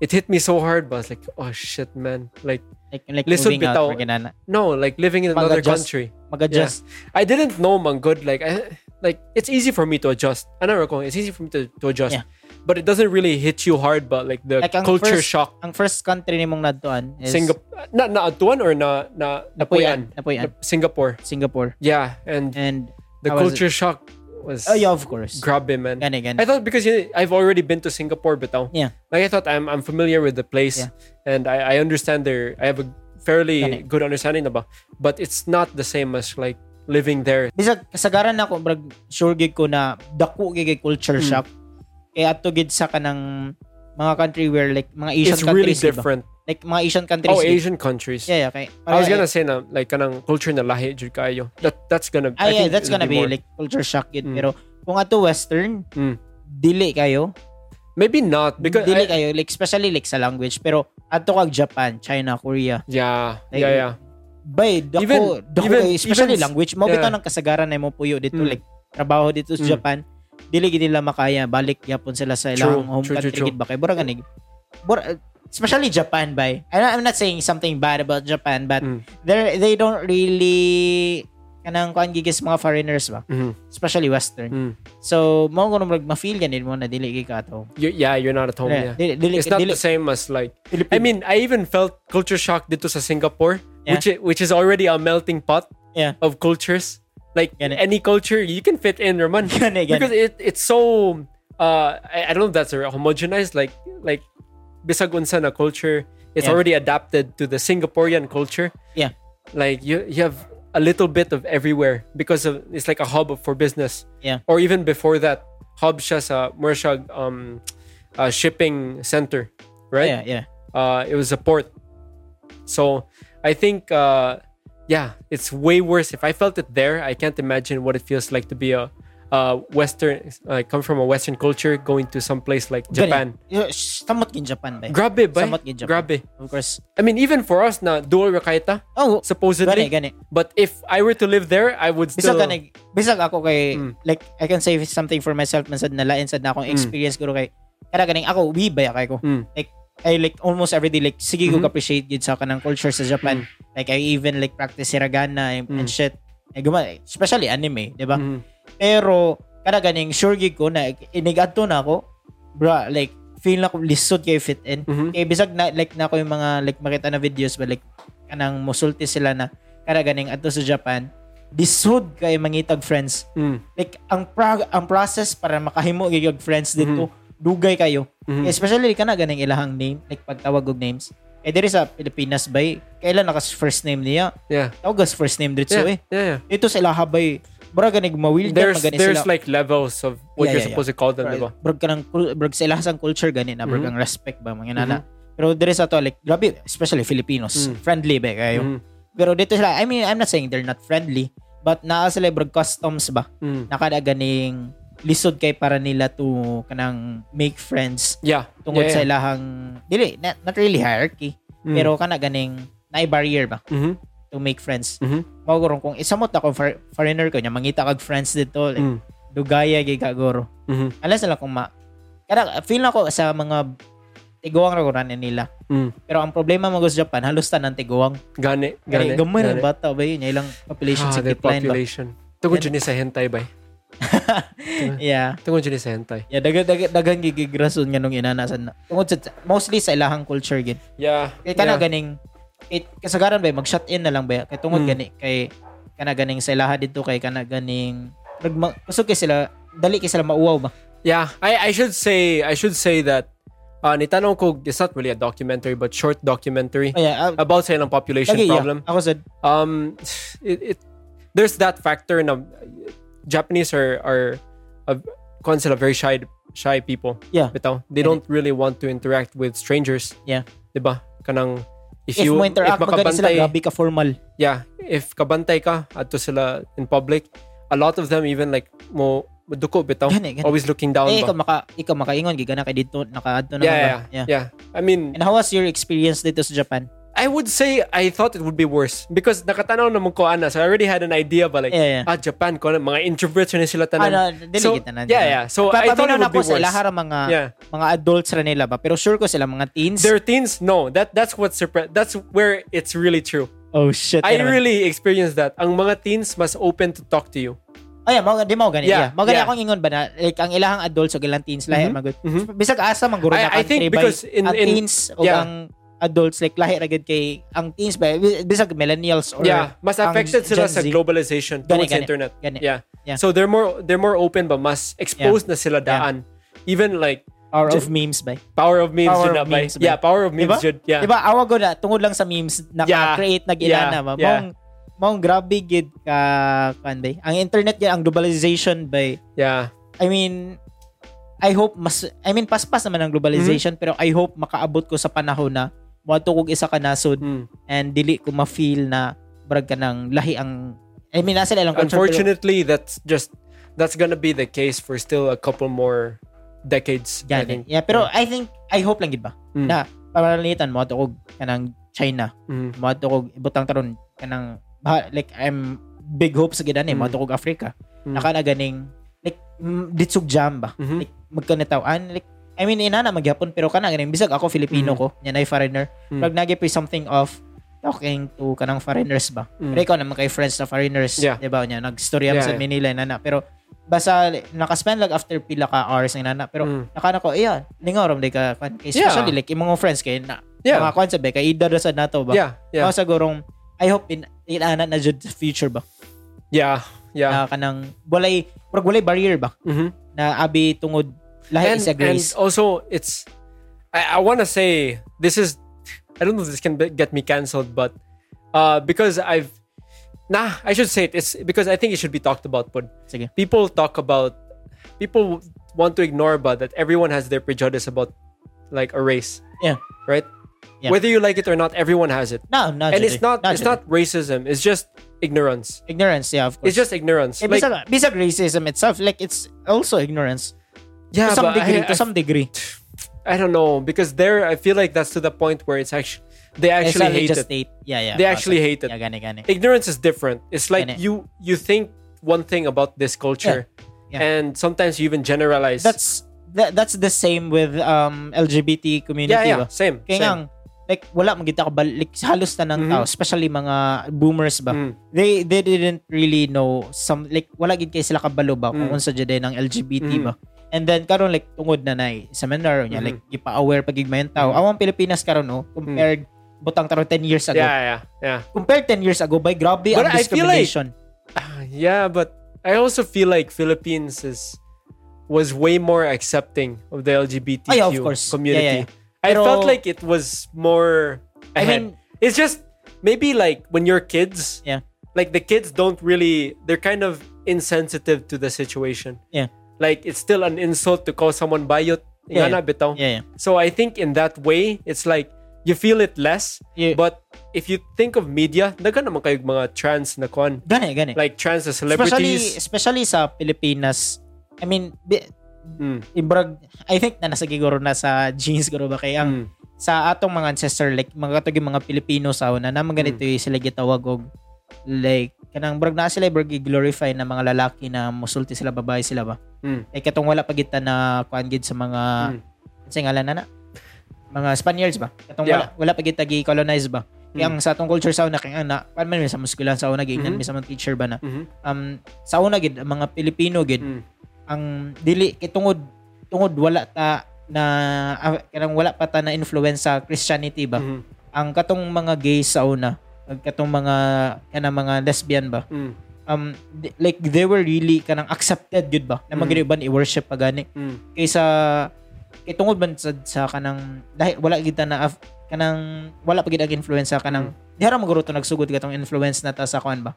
it hit me so hard, but I was like, oh shit, man. Like,
Like, like
Listen,
moving
bitaw.
out. Ginana.
no, like living in another
Mag-adjust.
country.
Mag-adjust.
I didn't know man good. Like I like it's easy for me to adjust. I know it's easy for me to, to adjust.
Yeah.
But it doesn't really hit you hard, but like the
Like ang
culture
first
shock.
Ang first country ni mong nadtuan is
Singapore na naatuan or na na
Napuyan.
napuyan.
Napuyan.
Na- Singapore.
Singapore.
Yeah. And
And, how
the
was
culture shock was
oh yeah, of course.
grabe, man.
Gani, gani.
I thought because you know, I've already been to Singapore, but now,
Yeah.
like I thought I'm I'm familiar with the place,
Yeah.
and I, I understand their I have a fairly
Gani.
good understanding about, but it's not the same as like living there.
bisag kasagaran na ako brag sure gig ko na dako gig ay culture
Mm.
shock kaya ato gid sa kanang mga country where like mga Asian
it's really
countries diba?
different.
like mga Asian countries
Oh,
gid.
Asian countries.
yeah yeah kay
I was gonna say na like kanang culture na lahi jud kayo. That that's gonna.
ah,
I
yeah,
think
that's
it'll
gonna be,
more.
like culture shock gid
Mm.
pero kung ato western
Mm.
dili kayo
maybe not because
dili
I-
kayo like especially like sa language pero ato kag Japan China Korea
yeah
Like,
yeah yeah
bay dako
Even-
dako
even-
kayo, especially
even-
language mo bitaw
yeah.
ng kasagaran na mo puyo dito
Mm.
like trabaho dito sa
Mm.
Japan dili gid nila makaya balik yapon sila sa
True,
ilang home
true, true,
country
true.
gid ba kay bura ganig bura, uh, especially Japan bay I know- I'm not saying something bad about Japan but
Mm.
they they don't really kanang kuan gigis mga foreigners ba
Mhm.
especially western
Mm.
so mo ko mag ma-feel ganid mo na dili gid ka ato
You- yeah you're not at home. Oh, Yeah.
dili dili
It's not
dili
the same as like
Filipino.
I mean, I even felt culture shock dito sa Singapore,
Yeah.
which i- which is already a melting pot
Yeah.
of cultures. Like
Get it.
any culture, you can fit in Raman
Gani, gani.
because it it's so uh I, I don't know if that's a homogenized like like bisag unsa na culture, it's
Yeah.
already adapted to the Singaporean culture.
Yeah.
Like you you have a little bit of everywhere because of it's like a hub for business.
Yeah.
Or even before that, hub siya sa more siya, um uh, shipping center, right?
yeah yeah
uh, it was a port. So I think uh, yeah, it's way worse. If I felt it there, I can't imagine what it feels like to be a uh, Western. I come from a Western culture, going to some place like Japan.
Gani. Sh- Samot kin Japan ba?
Grabe, ba?
Samot gid Japan.
Grabe.
Of course.
I mean, even for us na dual rakaita,
Oh,
supposedly.
gani, gani.
But if I were to live there, I would still.
Bisag gani, bisag ako kay
Mm.
like I can say something for myself man sad na lain sad na akong
Mm.
experience guro kay kada ganing ako ubi ba ya kay ko.
Mm.
Like I like almost every day like sige
Mhm.
ko appreciate gid sa kanang culture sa Japan. Like I even like practice hiragana and, and
Mm.
shit. Ay guman, especially anime, di ba?
Mm.
Pero kada ganing sure gig ko na inigadto na ako. Bra, like feel na ko lisod kay fit in.
Mhm.
Kay Mm-hmm. Eh, bisag na like na ko yung mga like makita na videos ba like kanang musulti sila na kada ganing adto sa Japan. Lisod kay mangitag friends.
Mm.
Like ang pra- ang process para makahimo gig og friends
Mm-hmm.
dito dugay kayo.
Mhm.
Especially kana ganing ilahang name like pagtawag og names. Eh diri sa Pilipinas bay kailan nakas first name niya?
Yeah.
Tawag as first name dito
Yeah.
eh.
yeah, yeah.
Dito sa ilaha bay Bro, ganig mawil
There's
magani
there's
sila.
like levels of what
Yeah,
you're
yeah,
supposed to call them, di ba?
Right. Brag ka ng, cul- brag sa ilahas ang culture gani na, brag
Mhm.
ang respect ba, mga nana. Pero there is ato, like, grabe, especially Filipinos,
Mm-hmm. Mm.
friendly ba kayo.
Mm.
Pero dito sila, I mean, I'm not saying they're not friendly, but naa sila brag customs ba,
Mm.
nakada ganing lisod kay para nila to kanang make friends
Yeah.
tungod
yeah,
sa
yeah.
ilahang dili not, not really hierarchy
Mm.
pero kana ganing na barrier ba
Mhm.
to make friends
Mhm.
mao gurong kung isamot ako for, foreigner ko nya mangita kag friends dito like,
Mm.
dugaya gyud ka guro
Mhm.
alas na lang kung ma... Kaya feel ako sa mga tiguang raguran nila.
Mm.
Pero ang problema mo sa Japan, halos tanan tiguang.
Gani,
Kaya
gani.
gamay
gani.
ng bata ba yun? Ilang population
Ah,
sa
their
decline ba?
population. Tungkol dyan sa hentai ba?
Yeah.
Tungkol dyan sa hentai.
Yeah, daga daga dagang gigigrason nga nung inanasan na. Tungod sa mostly sa ilahang culture gid.
Yeah.
Kay kana
yeah.
ganing it kasagaran ba mag shut in na lang ba kay tungod
Mm.
gani kay kana ganing sa ilaha dito kay kana ganing nagma kusog kay sila dali kay sila mauwaw ba.
Yeah, I, I should say I should say that uh, nitanong ko it's not really a documentary but short documentary
Kaya uh,
about sa ilang population
lagi yeah.
problem.
Ako sad.
Um, it, it there's that factor na Japanese are are a, kuwan sila, very shy shy people.
Yeah.
bitaw. they
Ganit.
don't really want to interact with strangers.
Yeah.
diba? Kanang if,
If,
you
mo interact
if
magani sila
makabantay-
grabe ka formal.
yeah, if kabantay ka adto sila in public, a lot of them even like mo mo duko bitaw.
Gani, gani.
Always looking down.
Eh,
ba?
ikaw, maka, ikaw makaingon, giga na kay dito, nakaadto na
yeah,
ka.
yeah, yeah, yeah. I mean,
And how was your experience dito sa Japan?
I would say I thought it would be worse because nakatanaw na mo ko ana, so I already had an idea but like
Yeah, yeah.
ah Japan ko na mga introverts na sila tanan.
Ano, dili
so,
kita na.
yeah, yeah. So I thought it
na
would be
po sa
worse.
ilahara mga
Yeah.
mga adults ra nila ba? Pero sure ko sila mga teens.
Their teens, no. That that's what surprised. That's where it's really true.
oh shit.
I
ano man.
really experienced that. Ang mga teens mas open to talk to you.
Oh yeah, mga, di mo ganit.
Yeah,
Yeah, mga ganit
yeah.
akong ingon ba na like ang ilahang adults o ilang teens lahi
Mhm,
magud.
mhm.
Bisag asa man guro
I-
na
I think
country by
because in-
ang
in-
teens o
yeah.
ang adults like lahi ra gud kay ang teens ba bisag millennials or
yeah, mas
ang
affected sila
Gen
sa
Z.
globalization
Gani,
towards
gani,
internet.
gani.
Yeah.
Yeah.
So they're more they're more open but mas exposed na sila daan. Even like
or of memes ba.
power of memes
Power
yun na
of
ba?
memes ba?
Yeah, power of memes
Diba?
yun. Yeah.
Diba, awa ko na, tungod lang sa memes, naka-create na ginana
Yeah,
ba?
yeah.
Mong, mong grabe gid ka, kan ba? eh? Ang internet yun, ang globalization ba? eh?
Yeah.
I mean, I hope mas, I mean, paspas naman ang globalization, pero
Mm-hmm.
I hope makaabot ko sa panahon na muato kog isa ka nasod
Mm.
and dili ko ma-feel na brag ka ng lahi ang, I mean, nasa lang
Unfortunately, that's just that's gonna be the case for still a couple more decades. I
Yan,
think.
yeah, pero I think, I hope lang gid ba?
Mm.
Na, pamaralitan, muato kog ka ng China,
Mm.
moadto kog ibutang taron kanang bah- like I'm big hopes gid ani
Mm.
moadto kog Africa
Mm.
naka na ganing like mm, ditsog jam ba
Mhm.
like magkanitaw-an like I mean ina na magyapon pero kana ganing bisag ako Filipino
Mm.
ko nya nay foreigner
Mm.
pag nagi pa something of talking to kanang foreigners ba
Mm.
pero ikaw naman kay friends na foreigners
Yeah.
di ba nya nagstorya mo
Yeah,
sa
yeah.
Manila na na pero basta naka-spend lang after pila ka hours na na pero
Mm.
nakana ko iya lingaw ram di ka kwan. especially like imong mga friends kay na
Mm. Yeah.
mga kwan sa ba kay idara sa nato ba
Yeah. Yeah.
Ako sigurong, I hope in inana na jud sa future ba.
Yeah. Yeah.
Na kanang walay pero walay barrier ba
Mhm.
na abi tungod lahi
And,
is a
and
grace.
also, it's I, I want to say this is I don't know if this can be- get me canceled, but uh, because I've nah, I should say it. It's because I think it should be talked about. But
Sige.
people talk about people want to ignore about that everyone has their prejudice about like a race.
Yeah.
Right?
Yeah.
Whether you like it or not, everyone has it.
No, no.
and it's
Judith.
not
No,
it's
Judith.
not racism. It's just ignorance.
ignorance. Yeah, of course.
It's just ignorance.
Eh,
Like,
bisag, bisag racism itself, like it's also ignorance to
yeah,
some
but I-
degree.
I,
to some degree,
I don't know because there I feel like that's to the point where it's actually they
Exactly,
actually hate
just
it.
hate. Yeah, yeah.
They
okay.
actually hate it.
Yeah, gani, gani.
Ignorance is different. It's like
Ganit.
you you think one thing about this culture
Yeah, yeah.
and sometimes you even generalize.
That's that, that's the same with um LGBT community. ba?
yeah, yeah, same.
Kaya nga,
same.
like wala magita ka bal- like, halos na ng
Mhm.
tao, especially mga boomers ba.
Mm.
They they didn't really know some like wala gid kay sila kabalo ba kung
Mm.
unsa jud ay ng LGBT ba.
Mm.
And then karon like tungod na nay seminar niya
Mhm.
like ipa-aware pagigmayan tao.
Mm.
Awang Pilipinas karon no compared butang tarong 10 years
Yeah,
ago.
yeah, yeah.
compared 10 years ago by grabe
But
ang
I feel like-
discrimination.
Ah, yeah, but I also feel like Philippines is was way more accepting of the LGBTQ
Ah, yeah, of course. Yeah,
community.
yeah,
I
Pero-
felt like it was more
I
ahead.
mean,
it's just maybe like when you're kids,
Yeah.
like the kids don't really they're kind of insensitive to the situation.
Yeah.
Like it's still an insult to call someone bayot.
Yeah,
Yeah, bitaw.
yeah, yeah.
So I think in that way, it's like you feel it less.
Yeah.
But if you think of media, daghan naman kayong mga trans na kwan.
Gani, gani.
Like trans na
especially,
celebrities.
especially sa Pilipinas, I mean, bi-
Mm,
ibrag, I think na nasa giguro na sa genes guro ba kay ang
mm,
sa atong mga ancestor like mga katog yung mga Pilipino sa una na ganito
Mm.
yung sila gitawag og like kanang brag na sila brag glorify na mga lalaki na musulti sila babae sila ba
mm.
eh katong wala pagitan na kuan gid sa mga
Mm.
mm. na na mga Spaniards ba katong
Yeah.
wala wala pagitan gi-colonize ba kaya
Mm.
ang sa atong culture sa una kaya na kuan man mi sa muskulan sa una gid
Mhm.
mm sa mga teacher ba na
Mhm.
um sa una gid ang mga Pilipino gid
Mm.
ang dili kay tungod tungod wala ta na ah, kanang wala pa ta na influence sa Christianity ba
Mhm.
ang katong mga gays sa una ang katong mga kanang mga lesbian ba
Mm.
um di- like they were really kanang accepted gud ba na
Mm.
magriban i-worship pa gani
Mm.
kaysa kay tungod man sa, sa kanang dahil wala kita na af- kanang wala pa gid ang influence sa kanang dihara maguro to nagsugod katong influence nata sa kuan ba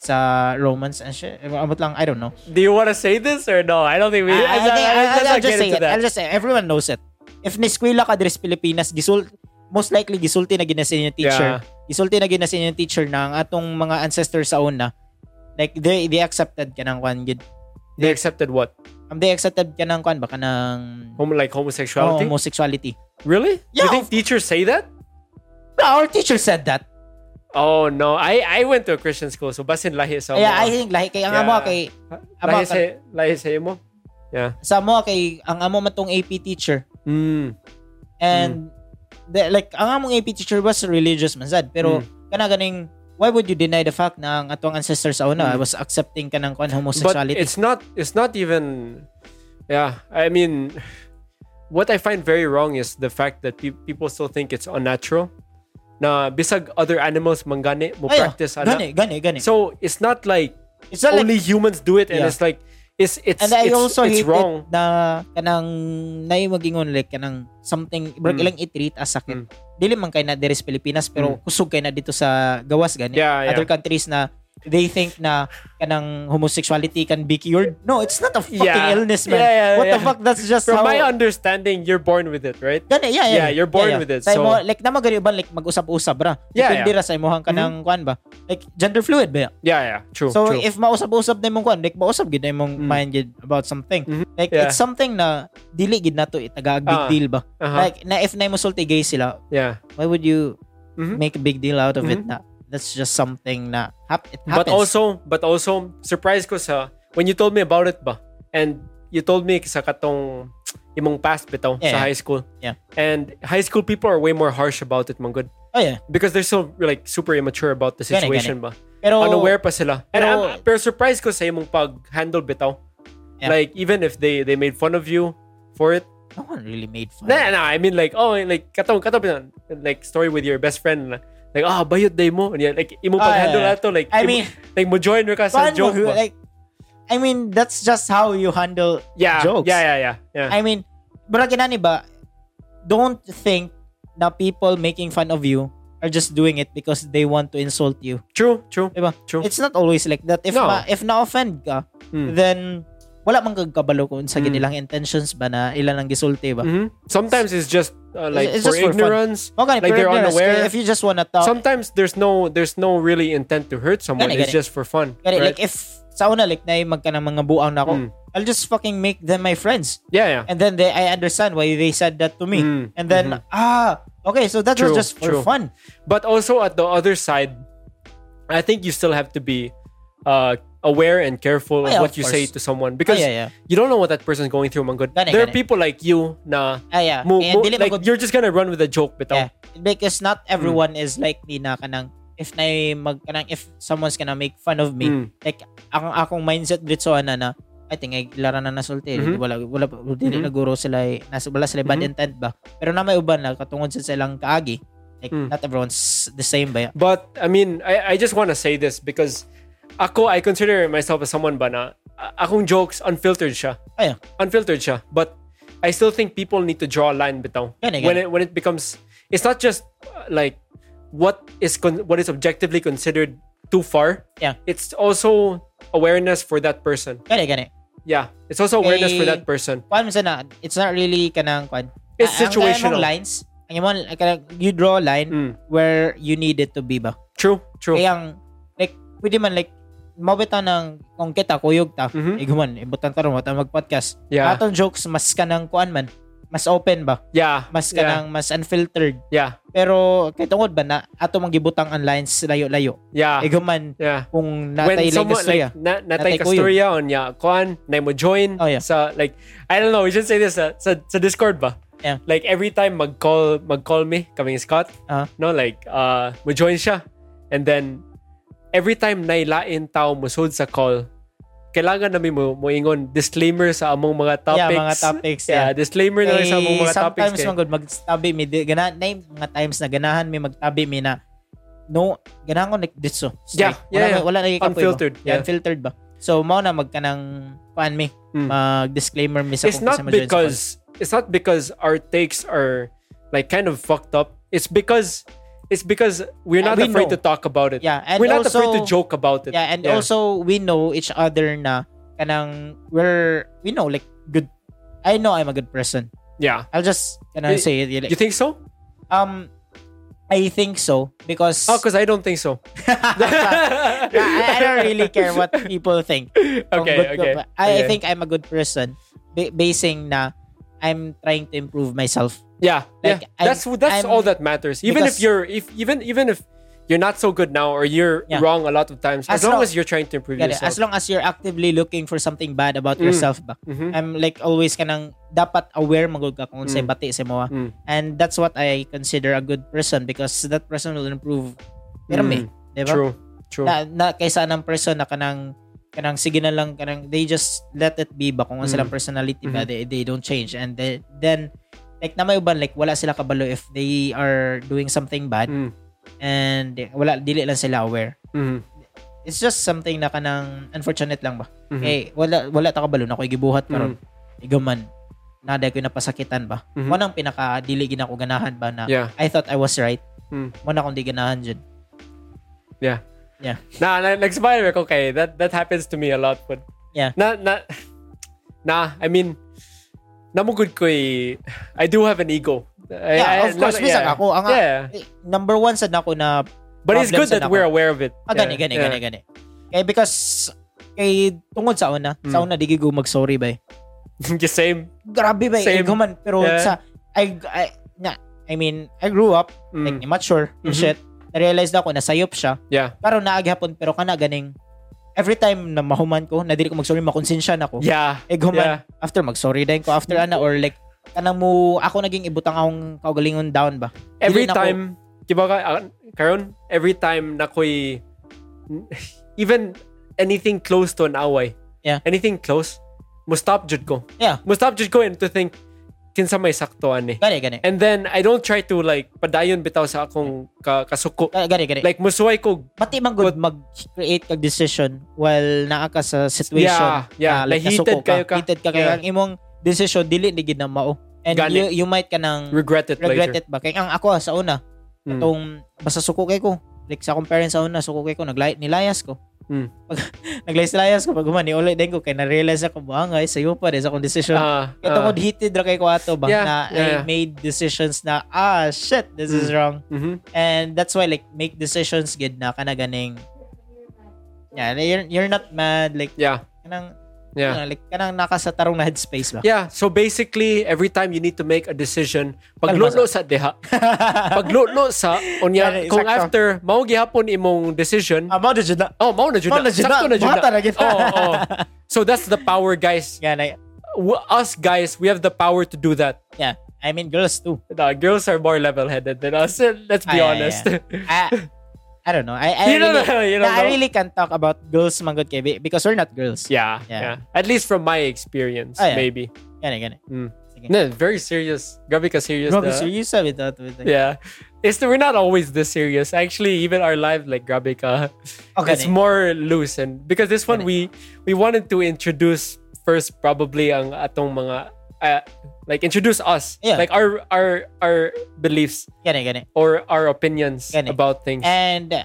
sa Romans and shit amot lang I don't know
Do you want to say this or no? I don't think we.
I, I, think, I,
let's
I'll
not
just
get
say
into
it. I'll
that.
just say everyone knows it. If niskwela ka dres Pilipinas, gisul most likely gisulti na ginasin yung teacher.
Yeah.
Gisulti na ginasin yung teacher na ang atong mga ancestors sa una. Like they they accepted ka ng kwan gid.
They accepted what?
Um, they accepted ka ng kwan baka ng
Homo like homosexuality?
homosexuality.
really?
Yeah,
you think
of-
teachers say that?
No, our teacher said that.
Oh no, I I went to a Christian school, so basin lahi sa
Kaya
mga-
I think lahi kay ang
Yeah.
amo kay
lahi
ama
sa
ka,
lahi sa imo. Yeah.
sa amo kay ang amo matong AP teacher.
Mm.
And the, like ang among AP teacher was religious man sad
Mm.
pero kana ganing why would you deny the fact na ang atong ancestors sa una
Mm.
was accepting kanang kon
But
homosexuality.
it's not it's not even yeah, I mean what I find very wrong is the fact that pe- people still think it's unnatural. Na bisag other animals mangani mo
Ayaw,
practice ana.
gani gani gani.
So it's not like
it's not
only
like
humans do it and
Yeah.
it's like it's it's
and I
it's,
also hate
it's wrong.
it na kanang nay magingon like kanang something mm.
Mm.
ilang i-treat as sakit.
Mm.
Dili man kay na deres Pilipinas pero kusog kay na dito sa gawas gani.
Yeah, yeah.
Other countries na they think na kanang homosexuality can be cured. No, it's not a fucking
Yeah.
illness man.
Yeah, yeah,
What the
yeah.
fuck that's just how
From my understanding, you're born with it, right?
Gani, yeah, yeah.
Yeah, you're born with it,
Sa
so-
imo, like, naman ganyan ba, like, mag-usap-usap, ra.
Yeah,
Depende ra sa imuhang ka ng kuan ba. Like, gender fluid ba? ya?
Yeah, yeah, true.
So,
true.
if mausap-usap na imong kuan, like, mausap gid na imong
Mm.
mind gid about something.
Mhm.
Like,
Yeah.
it's something na dili gid nato itaga big
Ah.
deal ba.
uh-huh.
Like, na if na musulti gay sila,
yeah.
why would you
Mhm.
make a big deal out of it
Mhm.
na? That's just something na hap it happens.
But also, but also, surprise ko sa, when you told me about it ba, and you told me sa katong imong past bitaw sa
Yeah.
high school.
Yeah.
And high school people are way more harsh about it, man good.
oh yeah.
Because they're so like super immature about the
Gani,
situation ba.
Pero
Unaware pa sila. And
pero-
I'm, pero surprise ko sa imong pag-handle bitaw.
Yeah.
Like even if they they made fun of you for it.
no one really made fun.
Nah, nah, I mean like oh like katong katong bitaw, like story with your best friend na, like ah bayot day mo and yeah, like imong
Ah,
pag-handle
yeah, yeah.
ato like
I
imo-
mean,
like mo join ka sa
paano
joke
mo,
ba?
like, I mean, that's just how you handle
yeah,
jokes.
Yeah, yeah, yeah. yeah.
I mean, pero kinani ba, don't think na people making fun of you are just doing it because they want to insult you.
true, true.
Diba?
True.
It's not always like that. If
No.
ma- if na-offend ka,
Mm.
then wala mang kagkabalo kung sa
Mm.
ginilang intentions ba na ilan ang gisulti ba.
Mhm. Sometimes it's just uh, like
It's
for
just for fun.
ignorance.
Mao gani,
Like, they're
preparedness,
unaware.
kaya if you just wanna talk,
Sometimes there's no there's no really intent to hurt someone.
Gani,
It's
gani.
just for fun.
gani,
right?
like if sa una like na magka ng mga buang na ako,
Mm.
I'll just fucking make them my friends.
yeah, yeah.
And then they, I understand why they said that to me.
Mm,
And then ah, okay, so that
True,
was just for
true.
fun.
But also at the other side, I think you still have to be uh, aware and
Oh,
careful
yeah,
of
of
what you say
course.
to someone
Ah,
because
yeah, yeah.
you don't know what that person's going through, man. Good.
Gani,
There are
gani.
people like you na
Ah, yeah.
mo,
And
mo- Mm.
dili
like
magod-
you're just gonna run with a joke,
Yeah.
bitaw.
Because not everyone is like me na kanang if na mag kanang if someone's gonna make fun of me,
Mm.
like ang akong mindset dito ana na I think ay lara na nasulti
Mhm.
wala wala dili
Mhm.
naguro sila eh, nas wala sila bad
Mhm.
intent ba. Pero na may uban na katungod sa silang kaagi. Like
Mm.
not everyone's the same ba.
But I mean, I, I just want to say this because ako, I consider myself as someone ba na a- akong jokes unfiltered siya.
Ay,
Unfiltered siya. But I still think people need to draw a line bitaw.
Gani,
When
gani.
it when it becomes it's not just uh, like what is con- what is objectively considered too far.
Yeah.
It's also awareness for that person.
gani gani.
Yeah. It's also awareness for
Eh,
that person.
Kuan mo na it's not really kanang kuan.
It's
Ah, ang kaya mong
situational.
lines. Ang imong kanang you draw a line
Mm.
where you need it to be ba.
True, true.
Kaya ang, like, pwede man, like, mabita ng, kung kita, kuyog ta,
Mhm.
eh, guman, ibutan ta rin, wata mag-podcast.
Yeah.
Atong jokes, mas ka ng kuan man, mas open ba?
yeah.
Mas ka
yeah.
ng, mas unfiltered.
Yeah.
Pero, kay tungod ba na, ato mang gibutang ang lines layo-layo.
Yeah.
Eh, guman,
yeah.
kung natay lang gusto ya.
na, natay
Natay
kasturya on ya kuan na mo join
ah. Oh, yeah.
sa like I don't know we should say this sa, sa, sa Discord ba
Yeah.
like every time mag call mag call me kaming Scott
Ah.
no like uh mo join siya and then every time na ilain tao mo sud sa call kailangan namin mo mo ingon disclaimer sa among mga topics
Yeah, mga topics.
yeah,
Yeah.
disclaimer na lang sa among
Eh,
mga topics
sometimes
kay-
man good magtabi mi di- gana na yung mga times na ganahan mi magtabi mi na no ganahan ko like this so
Yeah, yeah, yeah.
wala, yeah. wala na
Unfiltered,
ba? Yeah,
yeah.
unfiltered ba so mao na magka ng kuan mi
Mm.
mag disclaimer mi sa
it's
kung
not
kasi ma-join sa call.
because it's not because our takes are like kind of fucked up. It's because it's because we're
Yeah,
not
we
afraid
know.
to talk about it.
yeah and
we're not
also,
afraid to joke about it.
yeah and also we know each other na kanang we're we know like good I know I'm a good person
yeah.
I'll just kanang
Eh,
say it like,
You think so?
um I think so because
Oh, because I don't think so.
I, I don't really care what people think.
okay,
Kung good ko
okay.
ba- I, I
okay.
think I'm a good person ba- basing na I'm trying to improve myself.
yeah,
like,
yeah.
I'm-
that's that's
I'm-
all that matters. Even if
because-
you're if even even if you're not so good now or you're
Yeah.
wrong a lot of times, as,
As
long,
long-
as you're trying to improve
Kaya,
yourself.
As long as you're actively looking for something bad about
Mm.
yourself ba.
Mhm.
I'm like always kanang dapat aware magud ka kung unsay
Mm.
bati sa moa.
Mm.
And that's what I consider a good person because that person will improve pero me,
Mm.
di ba?
True, true.
Na, na kaysa ng person na kanang kanang sige na lang kanang they just let it be ba kung ano
Mm.
silang personality ba they, they don't change and they, then like na may uban like wala sila kabalo if they are doing something bad
Mm.
and wala dili lang sila aware
Mhm.
it's just something na kanang unfortunate lang ba
Mhm.
eh wala wala ta kabalo na ko gibuhat karon
Mhm.
igaman nada ko napasakitan ba
Mhm.
mo nang pinaka dili gina ko ganahan ba na
Yeah.
I thought I was right
Mm.
mo na kung di ganahan jud
Yeah.
Yeah.
Nah, na, nag-smile ako kay. That that happens to me a lot but
Yeah.
Na na Nah, I mean namugod ko eh, I do have an ego. I-
Yeah,
I-
of course,
not-
bisag ako. Ang-
yeah.
Eh, number one sad ako na
But it's good
problems
that
na
we're aware of it.
Ah, gani,
Yeah,
gani,
yeah.
gani, gani. Kaya because, kay tungod sa una, sa
Mm.
una, di gigo mag-sorry ba eh.
The same.
Grabe ba eh,
Same.
guman. Pero
Yeah.
sa, I, I, na, I mean, I grew up,
Mm.
like, immature, and
Mhm.
shit. Na-realize na ako, nasayop siya.
Yeah.
Pero naaghapon, pero kana ganing, every time na mahuman ko, na dili ko mag-sorry, makonsensya na ko.
Yeah.
Eh, guman,
Yeah.
after mag-sorry din ko, after ana, or like, kanang mo, ako naging ibutang akong kaugalingon down ba?
Every
na ako-
time, di ba ka, ah, karon, every time na ko'y, even anything close to an away,
Yeah.
anything close, mustop jud ko.
Yeah.
Mustop jud ko and to think, kinsa may saktoan eh.
Gani, gani.
And then I don't try to like padayon bitaw sa akong ka- kasuko.
Ga- Gani, gani.
Like musuway ko.
pati man good mag-create kag decision while naa ka sa situation
Yeah, yeah.
na like
Like, heated
nasuko ka,
kayo ka.
heated ka kay
Yeah.
ang imong decision dili ni gid na mao and
Gani.
you, you might ka nang
Regret it
regret
later.
it ba kay ang ako ah, sa una
Mm.
tong basta suko kay ko like sa akong parents sa una suko kay ko naglay nilayas ko
Mm.
Pag naglayas-layas ko, pag human, niulay din ko, kaya na-realize ako, bangay, sayo pa rin sa akong decision.
Ah,
Ito ko
ah,
heated ra kay ko ato ba
Yeah,
na
yeah,
I
yeah.
made decisions na ah shit this is wrong
mhm.
and that's why like make decisions good na kana ganing yeah you're, you're not mad like
Yeah.
kanang
Yeah.
ano, like kanang nakasatarong na headspace ba
Yeah, so basically every time you need to make a decision,
Kalma
paglutlo sa deha. paglutlo sa
Ano,
unya kung
sakto.
after mao gihapon imong decision,
amo na jud na
oh mao na jud.
Ah. Mao na
na.
jud na.
Sakto na jud.
Mata na kita.
Oh, oh. So that's the power guys.
nga na
W- Us guys, we have the power to do that.
yeah I mean girls too
The girls are more level-headed than us. Let's be
Ah, yeah,
honest.
I, I don't know I I
you don't
really,
know, you
na,
don't
I
know.
really can't talk about girls mangod kay be- because we're not girls
Yeah, yeah,
Yeah.
At least from my experience,
Ah, yeah.
maybe.
gana gana
Mm.
Sige.
No, very serious. Grabe ka serious.
Grabe,
na.
serious sabi to with like,
uh, Yeah. It's we're not always this serious. Actually, even our live like grabe ka.
Okay,
It's
na-
more loose and because this one we we wanted to introduce first probably ang atong mga uh, like introduce us
Yeah.
like our our our beliefs
gana gana
or our opinions
Gani.
about things.
And uh,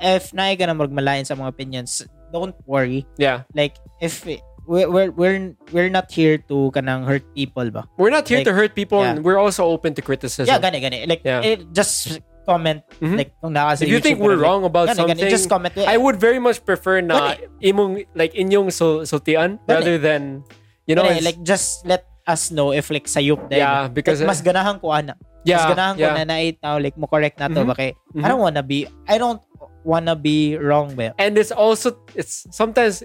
if na ka na magmalain sa mga opinions, don't worry.
yeah.
Like if we're we're we're, we're not here to kanang hurt people ba.
We're not here to hurt people
yeah.
and we're also open to criticism.
Yeah, gani gani. Like
Yeah.
eh, just comment
Mhm.
like kung naka sa
If you think we're wrong about
gani,
something,
gani, just comment.
I would very much prefer na imong like inyong so sultian rather than you know
Gani,
it's-
like just let us know if like sayup dahil.
yeah because
like, mas ganahan ko ana. mas
yeah
ganahan
yeah.
ko na na now like mo correct na to
Mhm.
ba kay
Mhm.
I don't wanna be I don't wanna be wrong ba.
and it's also it's sometimes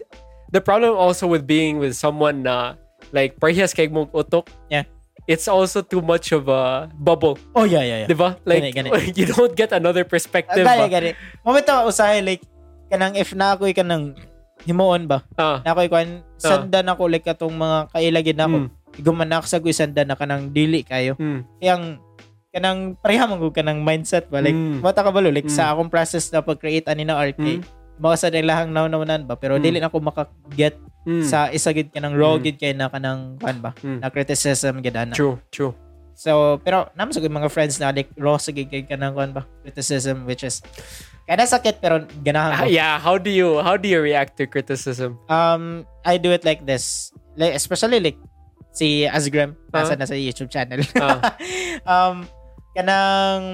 the problem also with being with someone na like parehas kay mong utok
Yeah.
it's also too much of a bubble
Oh yeah yeah Ah, yeah.
di ba like
Gani, gani.
you don't get another perspective
Gani
ba?
gani. Momento usahay like kanang if na ako'y kanang himuon ba
Ah,
na ako'y kwan sandan ako like atong mga kailagid na ako.
mm,
Iguman na ako sa ko'y sandan na kanang dili kayo.
mm,
Yang kanang pareha man ko kanang mindset ba like
Mm.
mata ka ba lo? like
Mm.
sa akong process na pag-create ani na art kay
Mm.
mao sa nang lahang naunaunan ba pero
Mm.
dili na ako makaget
mm.
sa isa gid kanang raw
Mm.
gid kay na kanang kwan ba
Mm.
na criticism gid ana
true true
So, pero naman sa mga friends na like raw sa gigig ka ng kwan ba? Criticism which is kana sakit pero
Ah,
ganahan ko.
yeah how do you how do you react to criticism
Um, I do it like this. Like, especially like si Asgram
Uh-huh.
nasa na sa YouTube channel.
Ah.
um, kanang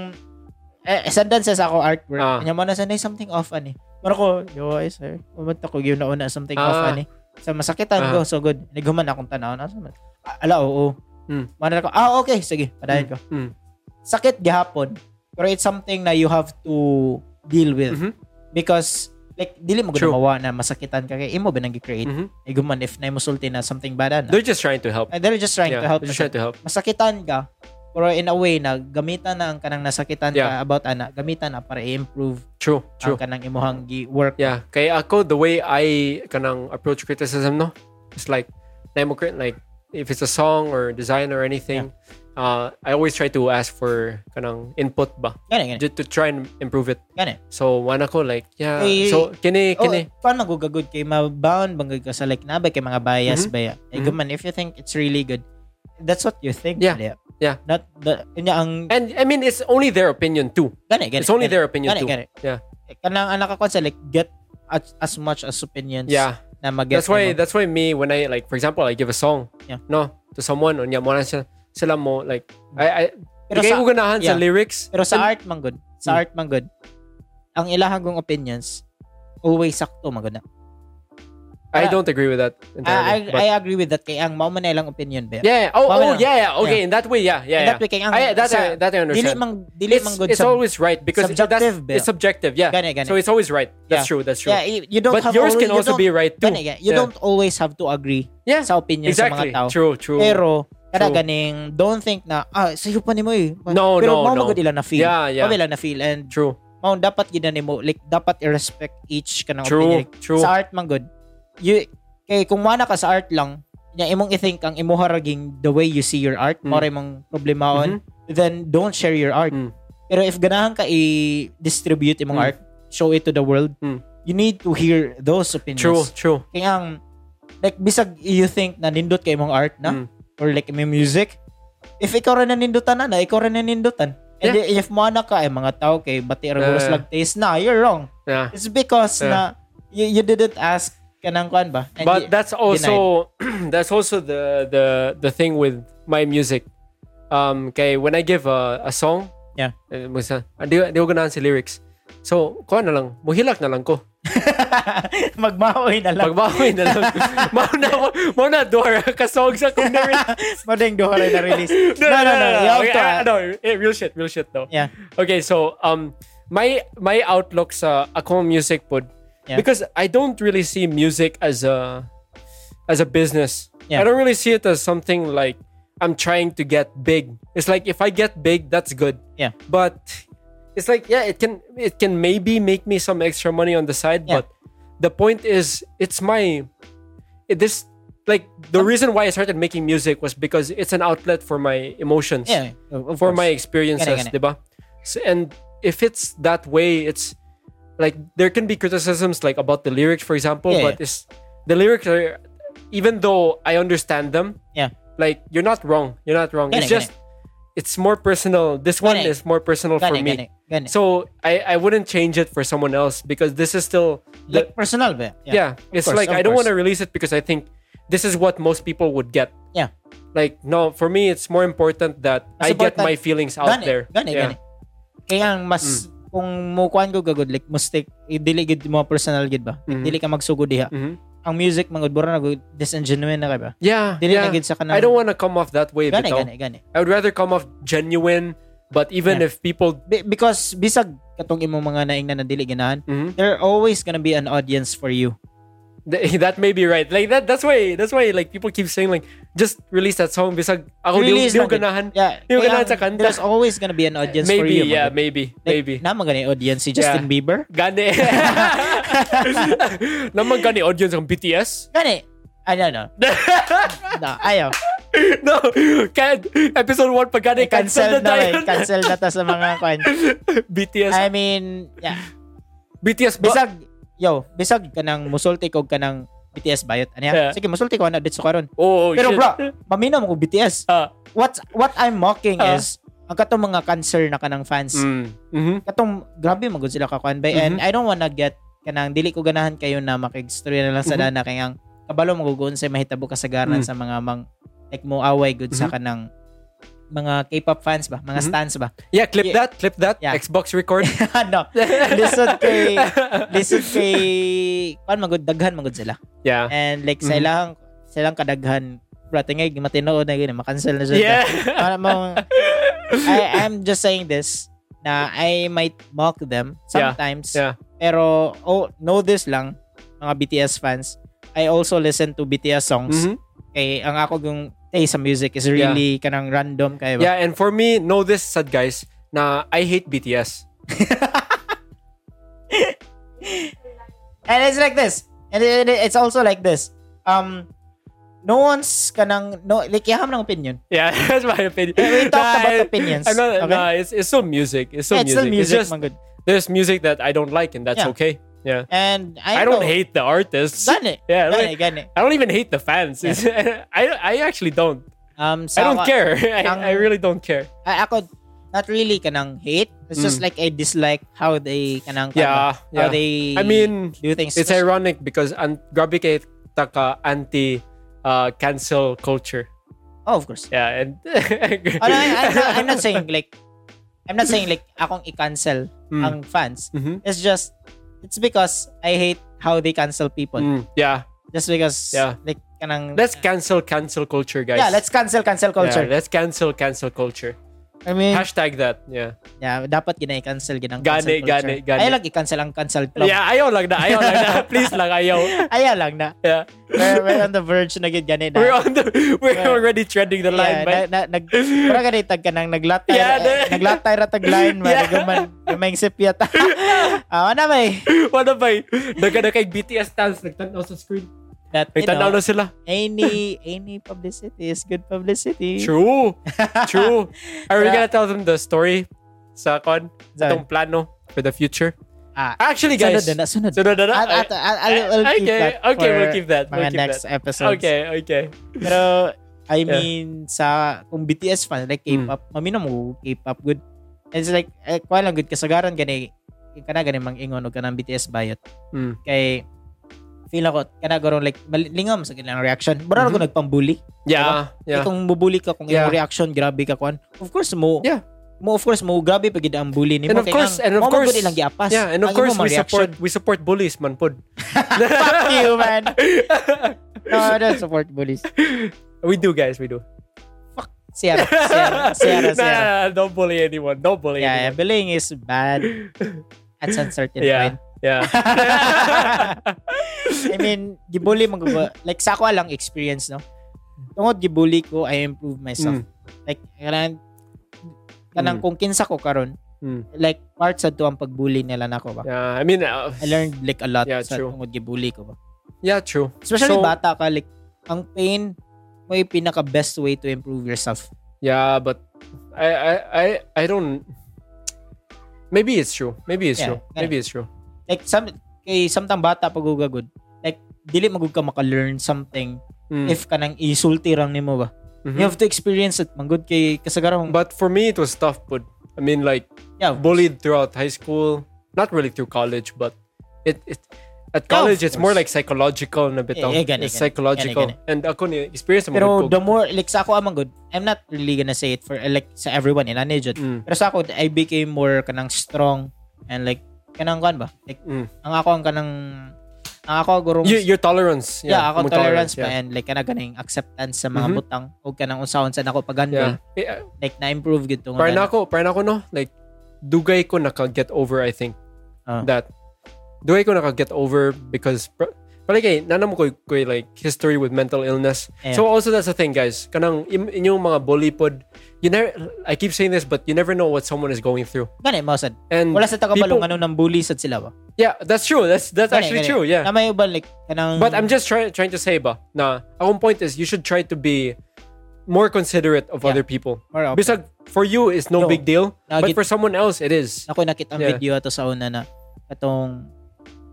eh, sandan sa ako artwork. Uh.
Ah.
Kanya mo na sanay something off ani. Mara ko, yo ay sir, umunta ko yun na una something off
Ah.
ani. Sa masakitan
Ah.
ko, so good. Naghuman akong tanaw na. Ala, oo.
Hmm.
Mara ko, ah, okay, sige, padayon ko.
mm,
sakit gihapon pero it's something na you have to deal with
Mhm.
because like dili mo
True.
gumawa na masakitan ka kay imo ba nang create
mhm.
ay guman if na musulti na something bad na
they're just trying to help
And they're just trying
yeah,
to help
they're just
kasi
trying to help
masakitan ka pero in a way na gamitan na ang kanang nasakitan
Yeah.
ka about ana gamitan na para i-improve
true true
ang kanang imuhang gi- work
Yeah, kaya ako the way I kanang approach criticism no, it's like namo crit- like if it's a song or design or anything, uh, I always try to ask for kanang input ba
gani gani
just to try and improve it.
gani
So wana ko like yeah,
Eh,
so kini
oh,
kini
paano magugagod kay mabound bangag ka sa like nabay kay mga bias ba ya ay
Mhm.
guman if you think it's really good that's what you think
Yeah.
ba ya.
Yeah.
not the yun ang
and I mean it's only their opinion too.
Gani, gani.
It's only
gani,
their opinion
Gani,
too.
gani.
Yeah.
Kanang anak ako sa like, get as, as much as opinions
Yeah,
na mag-get.
that's why
mo.
that's why me when I like for example I give a song
Yeah.
no to someone on mo na sila, sila mo like I I
pero,
kay
sa,
uganahan
yeah.
sa lyrics
pero sa
and-
art man good. Sa
Hmm.
art man good. Ang ilahang kong opinions, always sakto man good na.
I
Ah.
don't agree with that
I,
entirely. but-
I, I agree with that kay ang mao man na ilang opinion ba.
Yeah. yeah. Oh,
Bawal
oh,
lang.
yeah, yeah. Okay, in that way, yeah, yeah,
And
yeah.
That way kay ang
I, that, I,
sa,
that I
dili
understand.
mang dili
It's,
mang good
it's
sa
always right because it-
subjective,
that's, it's
Bill.
subjective. Yeah.
gani gani.
So it's always right. That's
Yeah.
true. That's true.
yeah, you, you don't
but
have
yours
always,
can
you
also
don't,
be right too.
gani, gani. You
Yeah.
don't always have to agree
Yeah.
sa opinion
Exactly.
sa mga tao.
True. True.
Pero kada
True.
ganing don't think na ah sayo pa nimo eh.
No,
Pero
no,
mao
no.
magud ila na feel.
yeah. Yeah.
Mao ila na feel and
True.
mao dapat gid na nimo like dapat i-respect each kanang
True.
opinion.
True.
Sa art man good. You kay kung mana ka sa art lang, nya imong i-think ang imo haraging the way you see your art,
Mm.
mao ra imong problemaon,
Mm-hmm.
then don't share your art.
Mm.
Pero if ganahan ka i-distribute imong
Mm.
art, show it to the world,
Mm.
you need to hear those opinions.
True. True.
Kaya ang, like, bisag you think na nindot kay mong art na,
Mm.
or like may music, if ikaw rin nanindutan na, na ikaw rin nanindutan. And if mo na ka, eh, mga tao kay bati ragulas
Yeah.
lag taste na, you're wrong.
Yeah.
It's because
Yeah.
na you, you didn't ask kanang kuan ba? And
but
you-
that's also that's also the the the thing with my music. Um, okay, when I give a, a song,
Yeah.
eh, basta- Hindi hindi ko ganaan si lyrics. So, kuha na lang, muhilak na lang ko.
magmaoy na lang.
Pagbawi na lang. mauna, mauna, Dora, kasog sa kong na
Madeng duha rin na release. No, no, no. You have
Okay,
to, uh,
ah, no, eh, real shit, real shit though.
Yeah.
Okay, so um, my my outlook sa akong music pod
Yeah.
because I don't really see music as a as a business.
Yeah.
I don't really see it as something like I'm trying to get big. It's like if I get big, that's good.
Yeah.
But it's like yeah, it can it can maybe make me some extra money on the side,
Yeah.
but the point is it's my it, this like
Um,
the reason why I started making music was because it's an outlet for my emotions
Yeah. of
Uh, for
course.
my experiences,
Gana, gana.
diba? So, and if it's that way, it's like there can be criticisms like about the lyrics, for example,
Yeah,
but it's the lyrics are even though I understand them,
Yeah.
like you're not wrong. You're not wrong.
Gana,
it's just it's more personal. This one
Gana.
is more personal
Gani,
for me.
gani, gani.
So I, I wouldn't change it for someone else because this is still the,
like personal ba?
yeah, it's
course,
like
of
I don't
course.
want to release it because I think this is what most people would get.
Yeah.
Like no, for me it's more important that
Mas
I get
important-
my feelings out
Gani,
there.
gani,
yeah. Mm.
gani. Kaya ang mas kung mukuan ko gagod like mistake dili gid mo personal gid ba?
Mhm.
Dili ka magsugod diha.
Mhm.
Ang music mangod bura na gud disingenuine na kay ba?
Yeah.
Dili
yeah.
na gid sa kanang
I don't want to come off that way.
gani,
bitaw.
gani, gani.
I would rather come off genuine, but even
Yeah.
if people
Be- because bisag katong imong mga naingnan na dili ganahan,
Mhm.
there always gonna be an audience for you.
Th- that may be right. Like that that's why that's why like people keep saying like just release that song bisag ako di,
Release
di ko
lang din.
ganahan.
Yeah.
Di ko
kaya
ganahan
ang-
sa kanta.
There's always gonna be an audience for
Maybe,
you.
yeah,
man.
maybe,
Like,
maybe.
Naman gani audience si Justin
Yeah.
Bieber.
Gani. Naman gani audience ng BTS.
Gani. I don't know. no, ayaw.
No, can episode 1 pag gani, cancel na
Cancel na, eh.
tayo.
Cancel Eh, na ta sa mga kwan.
BTS.
I mean, yeah.
BTS ba?
Bisag, yo, bisag ka ng musulti ko ka ng BTS bayot. Ano yan?
Yeah.
Sige, musulti ko na dito karon.
Oh,
Pero
shit.
bro, mamina mo ko BTS.
Ah.
What what I'm mocking
Ah.
is ang katong mga cancer na kanang fans.
Mm. mhm.
Katong grabe magud sila ka kwan bay and
Mm-hmm.
I don't wanna get kanang dili ko ganahan kayo na makigstorya na lang sa
Mhm.
dana kay ang kabalo magugon sa mahitabo kasagaran
Mm.
sa mga mang like mo away good sa
Mhm.
kanang mga K-pop fans ba, mga
Mhm.
stans ba.
Yeah, clip
Yeah.
that, clip that.
Yeah.
Xbox record.
no. Listen kay listen kay kwan magud daghan magud sila.
Yeah.
And like sa
Mhm.
ilang sa ilang kadaghan bro tingay matinood na gini makancel na siya.
Yeah.
Para mo I I'm just saying this na I might mock them
Yeah,
sometimes.
yeah.
Pero oh know this lang mga BTS fans. I also listen to BTS songs.
Mhm.
Kay ang ako yung taste sa music is really kanang random kay ba.
Yeah, and for me, know this sad guys, na I hate BTS.
And it's like this. And it, it- it's also like this. Um no one's kanang no like yaham ng opinion.
Yeah, that's my opinion.
We talked
Nah,
about
I-
opinions.
I'm not,
okay?
nah, it's, it's still music. It's still
Yeah, it's
music.
still music,
It's just,
man, good.
there's music that I don't like, and that's
Yeah.
okay. Yeah.
And I,
I don't
know,
hate the artists.
Gani.
Yeah,
Gani,
like-
gani.
I don't even hate the fans.
Yeah.
It's- I, I actually don't.
Um,
I
sa
don't
wa-
care. I,
ang-
I really don't care.
I, ako, not really kanang hate. It's just like I dislike how they kanang
Mm. Yeah,
how
yeah.
they
I mean,
do things.
it's ironic because an grabe kay taka anti uh, cancel culture.
oh, of course.
Yeah, and
Oh, no, I, am not, I'm not saying like I'm not saying like akong i-cancel
Mm,
ang fans.
mhm,
It's just it's because I hate how they cancel people.
mm, yeah,
Just because
Yeah.
like kanang
let's cancel cancel culture, guys.
yeah, let's cancel cancel
Yeah,
culture. Mm.
let's cancel cancel culture.
I mean,
Hashtag that. Yeah.
yeah, dapat ginai-cancel ginang cancel culture.
Gani, gani, gani.
Ayaw lang i-cancel ang cancel club.
Yeah, ayaw lang na. Ayaw lang na. Please lang, ayaw.
Ayaw lang na.
Yeah.
We're, we're on the verge na gid gani na.
We're on the, we're
Yeah.
already treading the line,
yeah,
man.
na, na, nag, parang ganito tag ka nang naglatay,
Yeah,
ra- eh,
na-
naglatay ra tag line, man.
Yeah.
Yeah. Guman, gumayang sip yata. Ah, ano ba eh?
Wala ba eh? Nagkana kay BTS dance, nagtanaw sa screen.
That, you
Nagtanaw
know,
na sila.
any, any publicity is good publicity.
True. True. Are we
Yeah.
gonna tell them the story sa kon?
Sorry.
Itong plano for the future?
Ah,
Actually,
sunod
guys.
na, sunod.
Sunod na na?
I'll, I'll, I'll, I'll- I'll keep
okay,
that
okay,
for
we'll keep that.
mga
We'll keep
next
that.
episodes.
Okay, okay.
Pero, I
Yeah. Hmm.
mean, sa, kung BTS fan, like K-pop, mamino mo, K-pop, good. It's like, eh, kuha lang, good kasagaran, gani, kana gani mang ingon, o ka ng BTS bayot.
Mm.
Kay, feel ako kana garon like mali- lingam sa kanilang reaction bara ako nagpambuli
Yeah,
yeah.
Mm-hmm. yeah.
kung bubuli ka kung
Yeah.
yung reaction grabe ka kuan of course mo
Yeah.
mo of course mo grabe pagid ang bully nimo
And of
Kaya
course,
nga,
and of
mo man
course-
gud ilang giapas
Yeah, and of
Ang
course
imong
we
reaction.
support we support bullies man pod.
fuck you man no I don't support bullies
we do guys, we do.
Sierra Sierra Sierra, Sierra.
Nah, nah, nah, don't bully anyone. Don't bully
yeah, yeah
anyone.
bullying is bad at some certain
Yeah.
point
Yeah.
I mean, gibully man ko ba? Like sa ako lang experience, no? Tungod gibully ko, I improve myself.
Mm,
Like, kanang, kanang
Mm.
kung kinsa ko karon
mm.
like, part sa to ang pagbully nila nako ba?
Yeah, I mean, uh,
I learned like a lot
Yeah,
sa
true.
tungod gibully ko ba?
Yeah, true.
Especially
So-
bata ka, like, ang pain mo yung pinaka best way to improve yourself.
Yeah, but I, I, I, I don't. Maybe it's true. Maybe it's
Yeah,
true. Maybe it's true.
Like, some, kay samtang bata pag gugagod, like, dili magug ka maka-learn something
Mm,
if kanang isulti rang nimo ba? You
mhm.
have to experience it. Manggod kay kasagarang
But for me, it was tough. But I mean, like,
Yeah.
bullied throughout high school. Not really through college, but it, it
Yeah, of
at college, it's more
course.
like psychological na bitaw.
Eh, eh, gani,
it's
gani,
psychological.
gani,
And ako ni experience mo
Pero
ko.
the more, like sa ako amang good, I'm not really gonna say it for uh, like sa everyone in Anijod.
Mm,
Pero sa ako, I became more kanang strong and like, kanang kan ba? Like,
mm.
ang ako ang kanang, ang ako gurong,
You- your tolerance.
yeah,
Yeah,
ako
mong
tolerance pa
yeah.
and like kanang ganing acceptance sa mga
Mhm.
butang o kanang usahon sa nako
Yeah.
paghandle.
Eh, uh,
Like, na-improve gud to.
Parang ako, parang ako no, like, dugay ko naka-get over, I think.
Ah.
That, dugay ko naka-get over because, pr- parang kay, nanam ko, ko yung, like, history with mental illness.
Yeah.
So also that's the thing, guys. Kanang, im- inyong mga bully pod, you never, I keep saying this, but you never know what someone is going through.
Gani, mausad.
And,
Wala sa tagabalong
people-
ano ng bully sad sila ba?
yeah, that's true. That's that's
Gani,
actually
gani.
true, yeah.
Na may uban like, kanang,
But I'm just trying trying to say ba, na, akong point is, you should try to be more considerate of
Yeah.
other people.
more open.
Because for you, it's
No.
no, big deal.
Now,
but
git-
for someone else, it is.
ako nakita ang
Yeah.
video ato sa una na katong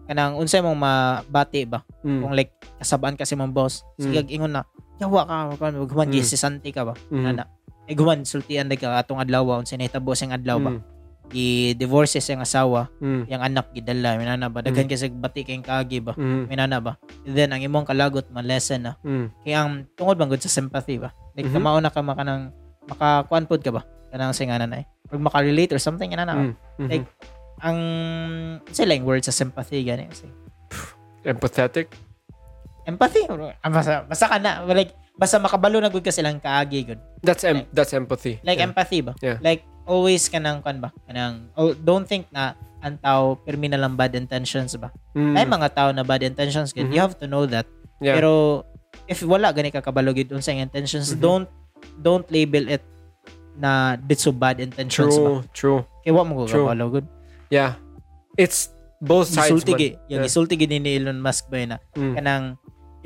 kanang unsay mong mabati ba
Mm.
kung like kasabaan kasi mong boss sige ingon na yawa ka wag ka maghuman
Mm.
mm. si santi ka ba
Mm.
ana ay guman sultian na ka atong adlaw unsay nahitabo sa adlaw ba
Mm.
gi divorce sa asawa
Mm.
yang anak gidala minana ba daghan kasi bati kay kagi ba
Mm.
minana ba And then ang imong kalagot man lesson na
Mm.
kaya ang tungod man gud sa sympathy ba like
Mhm.
kamao na ka makanang makakuan pod ka ba kanang singanan ay pag makarelate or something inana
Mm. Mhm.
Like, ang sila yung word sa sympathy gani kasi
empathetic.
empathy or- ah, basta, basta ka na like basta makabalo na gud ka silang kaagi gud
That's em-
Like-
that's empathy.
like
yeah.
empathy ba
Yeah.
like always kanang kan ba kanang oh, don't think na ang tao pirmi na lang bad intentions ba
Mm.
ay mga tao na bad intentions gud
Mhm.
you have to know that
yeah.
pero if wala gani ka kabalo gid unsa ang intentions
Mhm.
don't don't label it na ditso bad intentions ba
true, true.
kay wa mo ko
True.
kabalo gud
Yeah. It's both sides.
gisulti
man.
gi yung
Yeah.
gisulti gid ni Elon Musk ba yun na
Mm.
kanang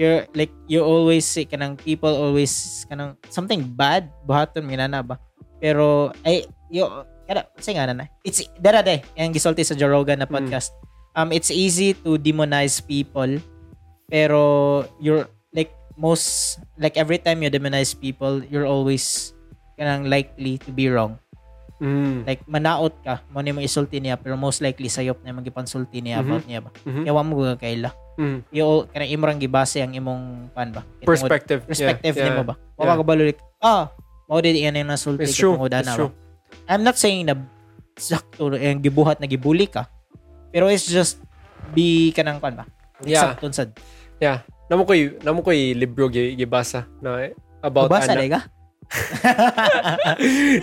you're like you always say kanang people always kanang something bad buhaton minana ba pero ay yo kada say nga na na it's dara day ang gisulti sa Joe Rogan na
Mm.
podcast um it's easy to demonize people pero you're like most like every time you demonize people you're always kanang likely to be wrong
Mm.
like manaot ka mo ni mo isulti niya pero most likely sayop na yung magipansulti niya
Mhm.
about niya ba
Mhm.
kaya wa mo kaila
Mm.
yo kana imong gibase ang imong pan ba Itong
Perspective.
perspective
yeah.
nimo
yeah.
ba wa ka balulik ah mao did iyan ang nasulti
It's
ka
true.
tungod
It's
ana
true.
ba? i'm not saying na sakto ang gibuhat na gibuli ka pero it's just be kanang pan ba
Yeah.
sakton sad
Namo ko'y namo ko'y libro gi- gibasa na about
basa
ana.
dai ka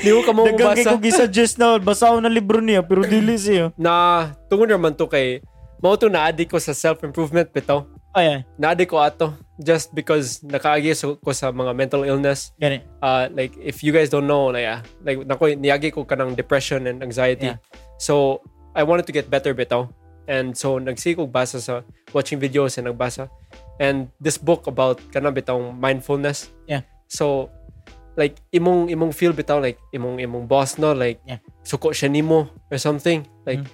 Di ko ka mo mabasa.
gisuggest na basahon ang libro niya pero dili siya
Na tungod naman to kay mao to na addict ko sa self-improvement bitaw.
ay ay,
Na addict ko ato just because nakaagi so- ko sa mga mental illness.
gani
uh, like if you guys don't know like ah, like nako niyagi ko kanang depression and anxiety
Yeah.
so I wanted to get better bitaw and so nagsikog basa sa watching videos and nagbasa and this book about kanang bitawng mindfulness
Yeah.
so like imong imong feel bitaw like imong imong boss no like
Yeah.
suko siya nimo or something like
Mhm.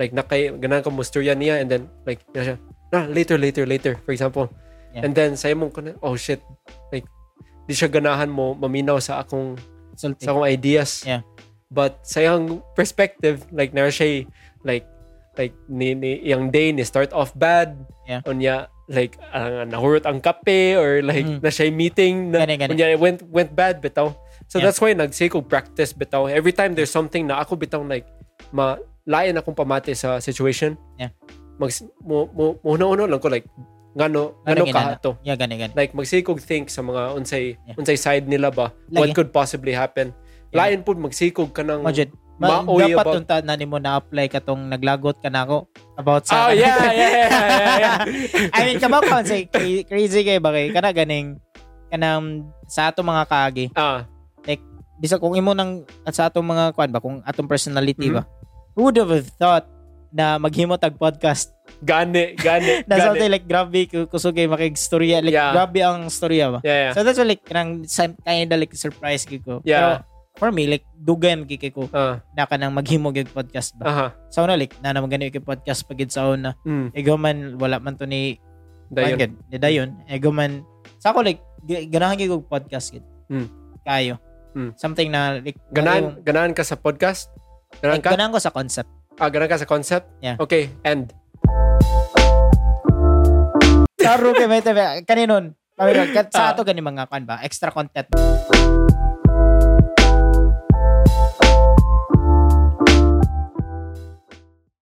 like nakay ganan ka musturya niya and then like na siya "Ah, later later later for example
Yeah.
and then sa imong kana- oh shit like di siya ganahan mo maminaw sa akong
sulti
sa akong ideas.
Yeah.
But sa iyang perspective, like na siya like like ni, ni iyang day ni start off bad.
Yeah.
Unya like uh, nahurot ang kape or like
Mm.
na siya meeting na
Gani, gani.
kunyari, went went bad bitaw. So
Yeah.
that's why nagsay ko practice bitaw. Every time there's something na ako bitaw like ma lain akong pamati sa situation.
Yeah.
Mag mo mo uno lang ko like
Ano
ngano ngano
ginana?
ka to.
Yeah, gani, gani.
Like magsay kog think sa mga unsay
Yeah.
unsay side nila ba
Lagi.
what could possibly happen.
Yeah.
Lain pud magsay kog kanang
Majid, ma-
maoy
dapat
about-
unta na nimo na-apply ka tong naglagot ka na ako about sa...
Oh yeah, yeah, yeah, yeah, yeah.
I mean, come on, say, cra- crazy kay ba kay? Kana ganing, kanang sa ato mga kaagi.
Ah,
Bisa kung imo nang, at sa ato mga kwan ba, kung atong personality
Mm-hmm.
ba, who would have thought na maghimo tag podcast
gani, gani,
na
gani.
something like grabe ku- kusugay makigstorya like
Yeah.
grabe ang storya ba
Yeah, yeah.
so that's why like kanang some kind of like surprise gid ko
Yeah.
Pero, for me like dugay man gid kay ko
Ah,
na kanang maghimo gig podcast ba
aha.
sa una like na naman gani gig podcast pagid sa una
Mm,
ego man wala man to ni
dayon.
Pagid, Di Eh, dayon. Ego man. Sa ako, like, g- ganahan kayo kong podcast. Kid.
Mm.
Kayo.
Mm.
Something na, like,
Ganaan, ganaan ka sa podcast? Ganaan
like,
ka?
ganahan ko sa concept.
Ah, ganaan ka sa concept?
Eh, Yeah.
Okay, end.
Ah,
Ah.
Taro kay Meta, kaninon. Kami, kat- sa ato gani mga kan ba? Extra content.